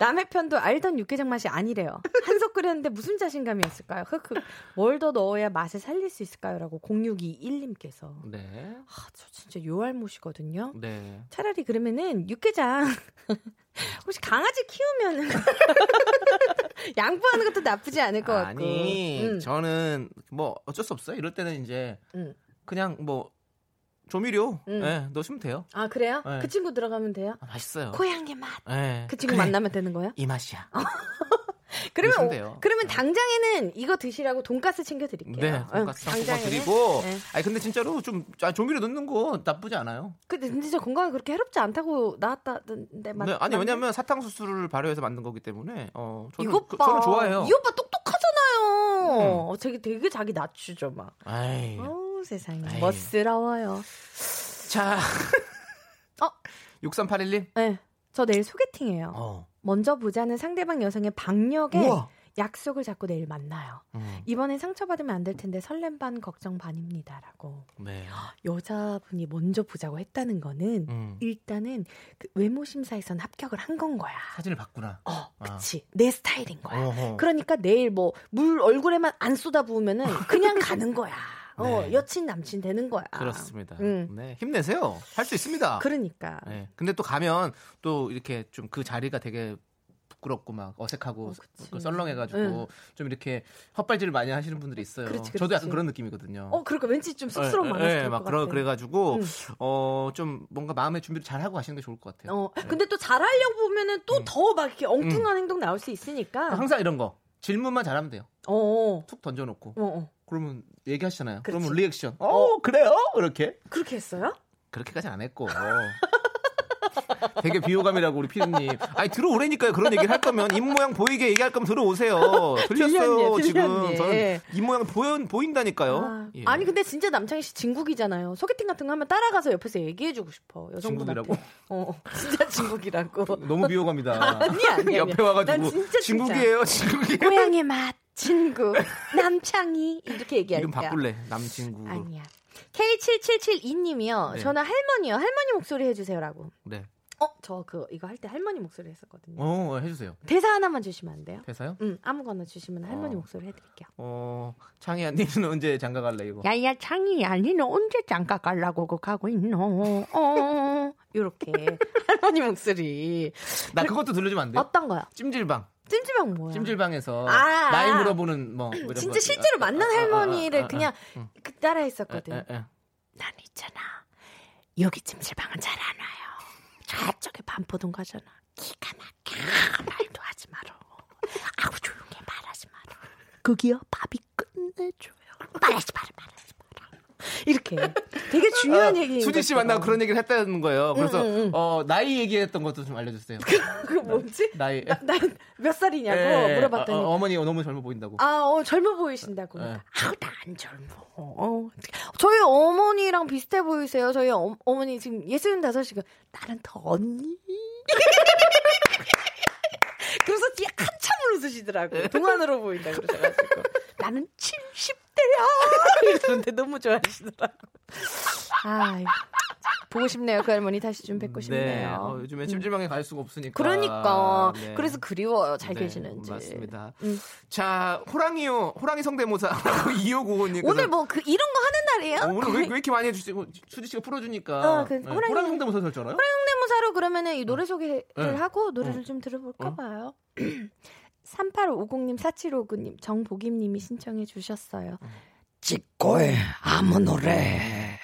[SPEAKER 2] 남의 편도 알던 육개장 맛이 아니래요. 한석 끓였는데 무슨 자신감이었을까요? 흑흑. 뭘 더 넣어야 맛을 살릴 수 있을까요? 라고 0621님께서.
[SPEAKER 1] 네.
[SPEAKER 2] 아, 저 진짜 요알못이거든요.
[SPEAKER 1] 네.
[SPEAKER 2] 차라리 그러면은 육개장. 혹시 강아지 키우면은. 양보하는 것도 나쁘지 않을 것 같고.
[SPEAKER 1] 아니,
[SPEAKER 2] 음.
[SPEAKER 1] 저는 뭐 어쩔 수 없어요. 이럴 때는 이제
[SPEAKER 2] 음.
[SPEAKER 1] 그냥 뭐 조미료
[SPEAKER 2] 음.
[SPEAKER 1] 예, 넣으시면 돼요.
[SPEAKER 2] 아, 그래요?
[SPEAKER 1] 네.
[SPEAKER 2] 그 친구 들어가면 돼요?
[SPEAKER 1] 아, 맛있어요.
[SPEAKER 2] 고양이 맛.
[SPEAKER 1] 예.
[SPEAKER 2] 그 친구
[SPEAKER 1] 그래,
[SPEAKER 2] 만나면 되는 거예요?
[SPEAKER 1] 이 맛이야.
[SPEAKER 2] 그러면
[SPEAKER 1] 드시면
[SPEAKER 2] 오-
[SPEAKER 1] 돼요.
[SPEAKER 2] 그러면 당장에는 이거 드시라고 돈가스 챙겨 드릴게요.
[SPEAKER 1] 네, 돈가스 상품권
[SPEAKER 2] 어, 당장에는.
[SPEAKER 1] 드리고.
[SPEAKER 2] 네.
[SPEAKER 1] 아니 근데 진짜로 좀 아, 조미료 넣는 거 나쁘지 않아요.
[SPEAKER 2] 근데 진짜 건강에 그렇게 해롭지 않다고 나왔다는데 맞
[SPEAKER 1] 네, 아니
[SPEAKER 2] 맞네?
[SPEAKER 1] 왜냐면 사탕수수를 발효해서 만든 거기 때문에 어 저는,
[SPEAKER 2] 이것
[SPEAKER 1] 그-
[SPEAKER 2] 봐.
[SPEAKER 1] 저는 좋아해요. 음.
[SPEAKER 2] 이 오빠 똑똑하잖아요. 어, 되게 되게 자기 낮추죠 막.
[SPEAKER 1] 아이.
[SPEAKER 2] 어우 세상에
[SPEAKER 1] 아이.
[SPEAKER 2] 멋스러워요.
[SPEAKER 1] 자.
[SPEAKER 2] 어?
[SPEAKER 1] 6381님.
[SPEAKER 2] 네. 저 내일 소개팅이에요.
[SPEAKER 1] 어.
[SPEAKER 2] 먼저 보자는 상대방 여성의 박력에
[SPEAKER 1] 우와.
[SPEAKER 2] 약속을 잡고 내일 만나요.
[SPEAKER 1] 음,
[SPEAKER 2] 이번엔 상처받으면 안 될 텐데 설렘 반 걱정 반입니다라고.
[SPEAKER 1] 네.
[SPEAKER 2] 여자분이 먼저 보자고 했다는 거는
[SPEAKER 1] 음.
[SPEAKER 2] 일단은 그 외모 심사에선 합격을 한 건 거야.
[SPEAKER 1] 사진을 봤구나.
[SPEAKER 2] 어,
[SPEAKER 1] 아.
[SPEAKER 2] 그치. 내 스타일인 거야.
[SPEAKER 1] 어허.
[SPEAKER 2] 그러니까 내일 뭐 물 얼굴에만 안 쏟아부으면은 그냥 가는 거야. 어,
[SPEAKER 1] 네.
[SPEAKER 2] 여친 남친 되는 거야.
[SPEAKER 1] 그렇습니다.
[SPEAKER 2] 음.
[SPEAKER 1] 네, 힘내세요. 할 수 있습니다.
[SPEAKER 2] 그러니까.
[SPEAKER 1] 네. 근데 또 가면 또 이렇게 좀 그 자리가 되게 부끄럽고 막 어색하고
[SPEAKER 2] 어, 그치.
[SPEAKER 1] 그 썰렁해가지고
[SPEAKER 2] 응.
[SPEAKER 1] 좀 이렇게 헛발질을 많이 하시는 분들이 있어요.
[SPEAKER 2] 그렇지,
[SPEAKER 1] 저도 약간
[SPEAKER 2] 그렇지.
[SPEAKER 1] 그런 느낌이거든요.
[SPEAKER 2] 어, 그러니까 왠지 좀 쑥스러운
[SPEAKER 1] 예, 예,
[SPEAKER 2] 마음이
[SPEAKER 1] 막
[SPEAKER 2] 들것
[SPEAKER 1] 그러,
[SPEAKER 2] 같아. 음.
[SPEAKER 1] 그래가지고
[SPEAKER 2] 응.
[SPEAKER 1] 어, 좀 뭔가 마음의 준비를 잘 하고 가시는 게 좋을 것 같아요.
[SPEAKER 2] 어, 근데 또 잘하려고 보면은 또 더 막 이렇게 엉뚱한 행동 나올 수 있으니까.
[SPEAKER 1] 음. 항상 이런 거 질문만 잘하면 돼요.
[SPEAKER 2] 어, 어,
[SPEAKER 1] 툭 던져놓고
[SPEAKER 2] 어, 어.
[SPEAKER 1] 그러면 얘기하시잖아요.
[SPEAKER 2] 그렇지.
[SPEAKER 1] 그러면 리액션. 어, 그래요? 이렇게
[SPEAKER 2] 그렇게 했어요?
[SPEAKER 1] 그렇게까지 안 했고. 되게 비호감이라고 우리 피디님. 아니 들어오라니까요. 그런 얘기를 할 거면 입 모양 보이게 얘기할 거면 들어오세요. 들렸어요
[SPEAKER 2] 들렸네,
[SPEAKER 1] 지금.
[SPEAKER 2] 들렸네.
[SPEAKER 1] 저는 입 모양 보여 보인다니까요.
[SPEAKER 2] 아,
[SPEAKER 1] 예.
[SPEAKER 2] 니 근데 진짜 남창희 씨 진국이잖아요. 소개팅 같은 거 하면 따라가서 옆에서 얘기해주고 싶어. 여성분
[SPEAKER 1] 진국이라고?
[SPEAKER 2] 앞에. 어, 진짜 진국이라고.
[SPEAKER 1] 너무 비호감이다.
[SPEAKER 2] 뭐 아니, 아니, 아니.
[SPEAKER 1] 옆에 와가지고
[SPEAKER 2] 난 진짜, 진짜.
[SPEAKER 1] 진국이에요. 진국이에요.
[SPEAKER 2] 고향의 맛, 진국, 남창희 이렇게
[SPEAKER 1] 이름
[SPEAKER 2] 얘기할까?
[SPEAKER 1] 바꿀래. 남친구.
[SPEAKER 2] 아니야. K7772님이요.
[SPEAKER 1] 네.
[SPEAKER 2] 저는 할머니요. 할머니 목소리 해주세요라고.
[SPEAKER 1] 네.
[SPEAKER 2] 어, 저 그 이거 할 때 할머니 목소리 했었거든요.
[SPEAKER 1] 어 해주세요.
[SPEAKER 2] 대사 하나만 주시면 안 돼요?
[SPEAKER 1] 회사요?
[SPEAKER 2] 음, 아무거나 주시면 할머니
[SPEAKER 1] 어.
[SPEAKER 2] 목소리 해드릴게요.
[SPEAKER 1] 어 창희야 니는 언제 장가 갈래 이거.
[SPEAKER 2] 야야 창희야, 니는 언제 장가 갈라고 그거 가고 있노? 어, 이렇게 할머니 목소리.
[SPEAKER 1] 나 그것도 들려주면 안 돼? 요
[SPEAKER 2] 어떤 거요?
[SPEAKER 1] 찜질방.
[SPEAKER 2] 네. 찜질방 뭐야?
[SPEAKER 1] 찜질방에서
[SPEAKER 2] 아,
[SPEAKER 1] 나이
[SPEAKER 2] 아.
[SPEAKER 1] 물어보는 뭐 이런
[SPEAKER 2] 진짜
[SPEAKER 1] 거.
[SPEAKER 2] 실제로
[SPEAKER 1] 아, 아,
[SPEAKER 2] 만난
[SPEAKER 1] 아, 아, 아, 아,
[SPEAKER 2] 할머니를
[SPEAKER 1] 아.
[SPEAKER 2] 그냥 그 따라 했었거든.
[SPEAKER 1] 에, 에, 에.
[SPEAKER 2] 난 있잖아. 여기 찜질방은 잘 안 와요. 저쪽에 반포동 가잖아. 기가 막혀. 말도 하지 마라. 아우 조용히 말하지 마라. 거기요 밥이 끝내줘요. 말하지 마라 말하지 마라. 이렇게 되게 중요한 얘기.
[SPEAKER 1] 아, 수지 씨 만나고 그런 얘기를 했다는 거예요. 그래서 어, 나이 얘기했던 것도 좀 알려주세요.
[SPEAKER 2] 음, 그거 뭐지?
[SPEAKER 1] 나이.
[SPEAKER 2] 나 몇 살이냐고
[SPEAKER 1] 예, 예.
[SPEAKER 2] 물어봤더니
[SPEAKER 1] 어, 어, 어머니 너무 젊어 보인다고.
[SPEAKER 2] 아, 어, 젊어 보이신다고.
[SPEAKER 1] 네.
[SPEAKER 2] 아우, 나안 젊어. 어. 저희 어머니랑 비슷해 보이세요. 저희 어, 머니 지금 65이고, 나는 더 언니. 그래서 뒤에 한참을
[SPEAKER 1] 예.
[SPEAKER 2] 웃으시더라고요. 동안으로 보인다 그러셔가지고. 나는 70대야! 이러는데 너무 좋아하시더라고. 아, 보고 싶네요. 그 할머니 다시 좀 뵙고 싶네요. 음.
[SPEAKER 1] 네. 어, 요즘에 찜질방에 갈 수가 없으니까.
[SPEAKER 2] 그러니까.
[SPEAKER 1] 네.
[SPEAKER 2] 그래서 그리워요. 잘
[SPEAKER 1] 네,
[SPEAKER 2] 계시는지.
[SPEAKER 1] 맞습니다.
[SPEAKER 2] 음.
[SPEAKER 1] 자, 호랑이요. 호랑이 성대모사 2595님.
[SPEAKER 2] 오늘 뭐 그 이런 거 하는 날이에요?
[SPEAKER 1] 어, 오늘 왜, 왜 이렇게 많이 해주시고 수지 씨가 풀어주니까
[SPEAKER 2] 어, 그
[SPEAKER 1] 네,
[SPEAKER 2] 호랑이-
[SPEAKER 1] 호랑이, 성대모사 할 줄 알아요?
[SPEAKER 2] 성대모사로 그러면은 이 노래 소개를
[SPEAKER 1] 네.
[SPEAKER 2] 하고 노래를 좀 들어볼까
[SPEAKER 1] 어.
[SPEAKER 2] 봐요. 3850님, 4759님, 정복임님이 신청해 주셨어요.
[SPEAKER 6] 지코의 아무 노래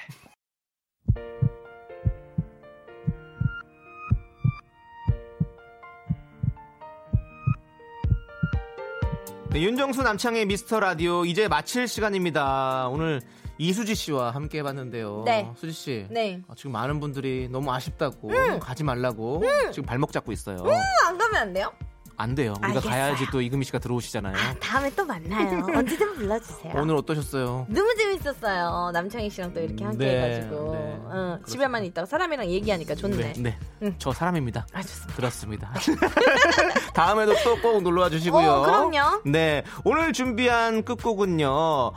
[SPEAKER 1] 네, 윤정수 남창의 미스터 라디오 이제 마칠 시간입니다. 오늘 이수지 씨와 함께 해봤는데요.
[SPEAKER 2] 네.
[SPEAKER 1] 수지 씨.
[SPEAKER 2] 네. 음.
[SPEAKER 1] 아, 지금 많은 분들이 너무 아쉽다고 가지 말라고 지금 발목 잡고 있어요.
[SPEAKER 2] 아, 안 가면 안 돼요?
[SPEAKER 1] 안 돼요. 우리가
[SPEAKER 2] 음. 알겠어요.
[SPEAKER 1] 가야지 또 이금희 씨가 들어오시잖아요.
[SPEAKER 2] 아, 네. 다음에 또 만나요. 언제든 불러주세요.
[SPEAKER 1] 오늘 어떠셨어요?
[SPEAKER 2] 너무 재밌었어요. 남창희 씨랑 또 이렇게 함께
[SPEAKER 1] 네,
[SPEAKER 2] 해가지고.
[SPEAKER 1] 네.
[SPEAKER 2] 어, 집에만 있다가 사람이랑 얘기하니까 좋네.
[SPEAKER 1] 네, 네. 저 사람입니다.
[SPEAKER 2] 아, 좋습니다.
[SPEAKER 1] 들었습니다. 다음에도 또 꼭 놀러와 주시고요.
[SPEAKER 2] 어, 그럼요.
[SPEAKER 1] 네, 오늘 준비한 끝곡은요.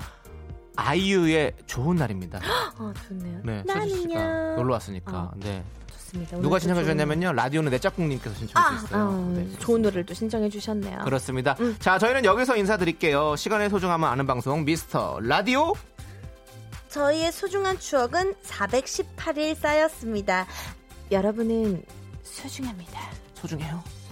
[SPEAKER 1] 아이유의 좋은 날입니다.
[SPEAKER 2] 어, 좋네요.
[SPEAKER 1] 네, 서지 씨가
[SPEAKER 2] 나는요.
[SPEAKER 1] 놀러 왔으니까.
[SPEAKER 2] 어,
[SPEAKER 1] 네.
[SPEAKER 2] 좋습니다.
[SPEAKER 1] 누가
[SPEAKER 2] 오늘도 그
[SPEAKER 1] 신청해
[SPEAKER 2] 좋은-
[SPEAKER 1] 주셨냐면요. 라디오는 내 짝꿍님께서
[SPEAKER 2] 아,
[SPEAKER 1] 신청해 주셨어요.
[SPEAKER 2] 아,
[SPEAKER 1] 네.
[SPEAKER 2] 좋은 음. 노래를 또 신청해 주셨네요.
[SPEAKER 1] 그렇습니다. 자, 저희는 여기서 인사드릴게요. 시간의 소중함을 아는 방송 미스터 라디오.
[SPEAKER 2] 저희의 소중한 추억은 418일 쌓였습니다. 여러분은 소중합니다.
[SPEAKER 1] 소중해요.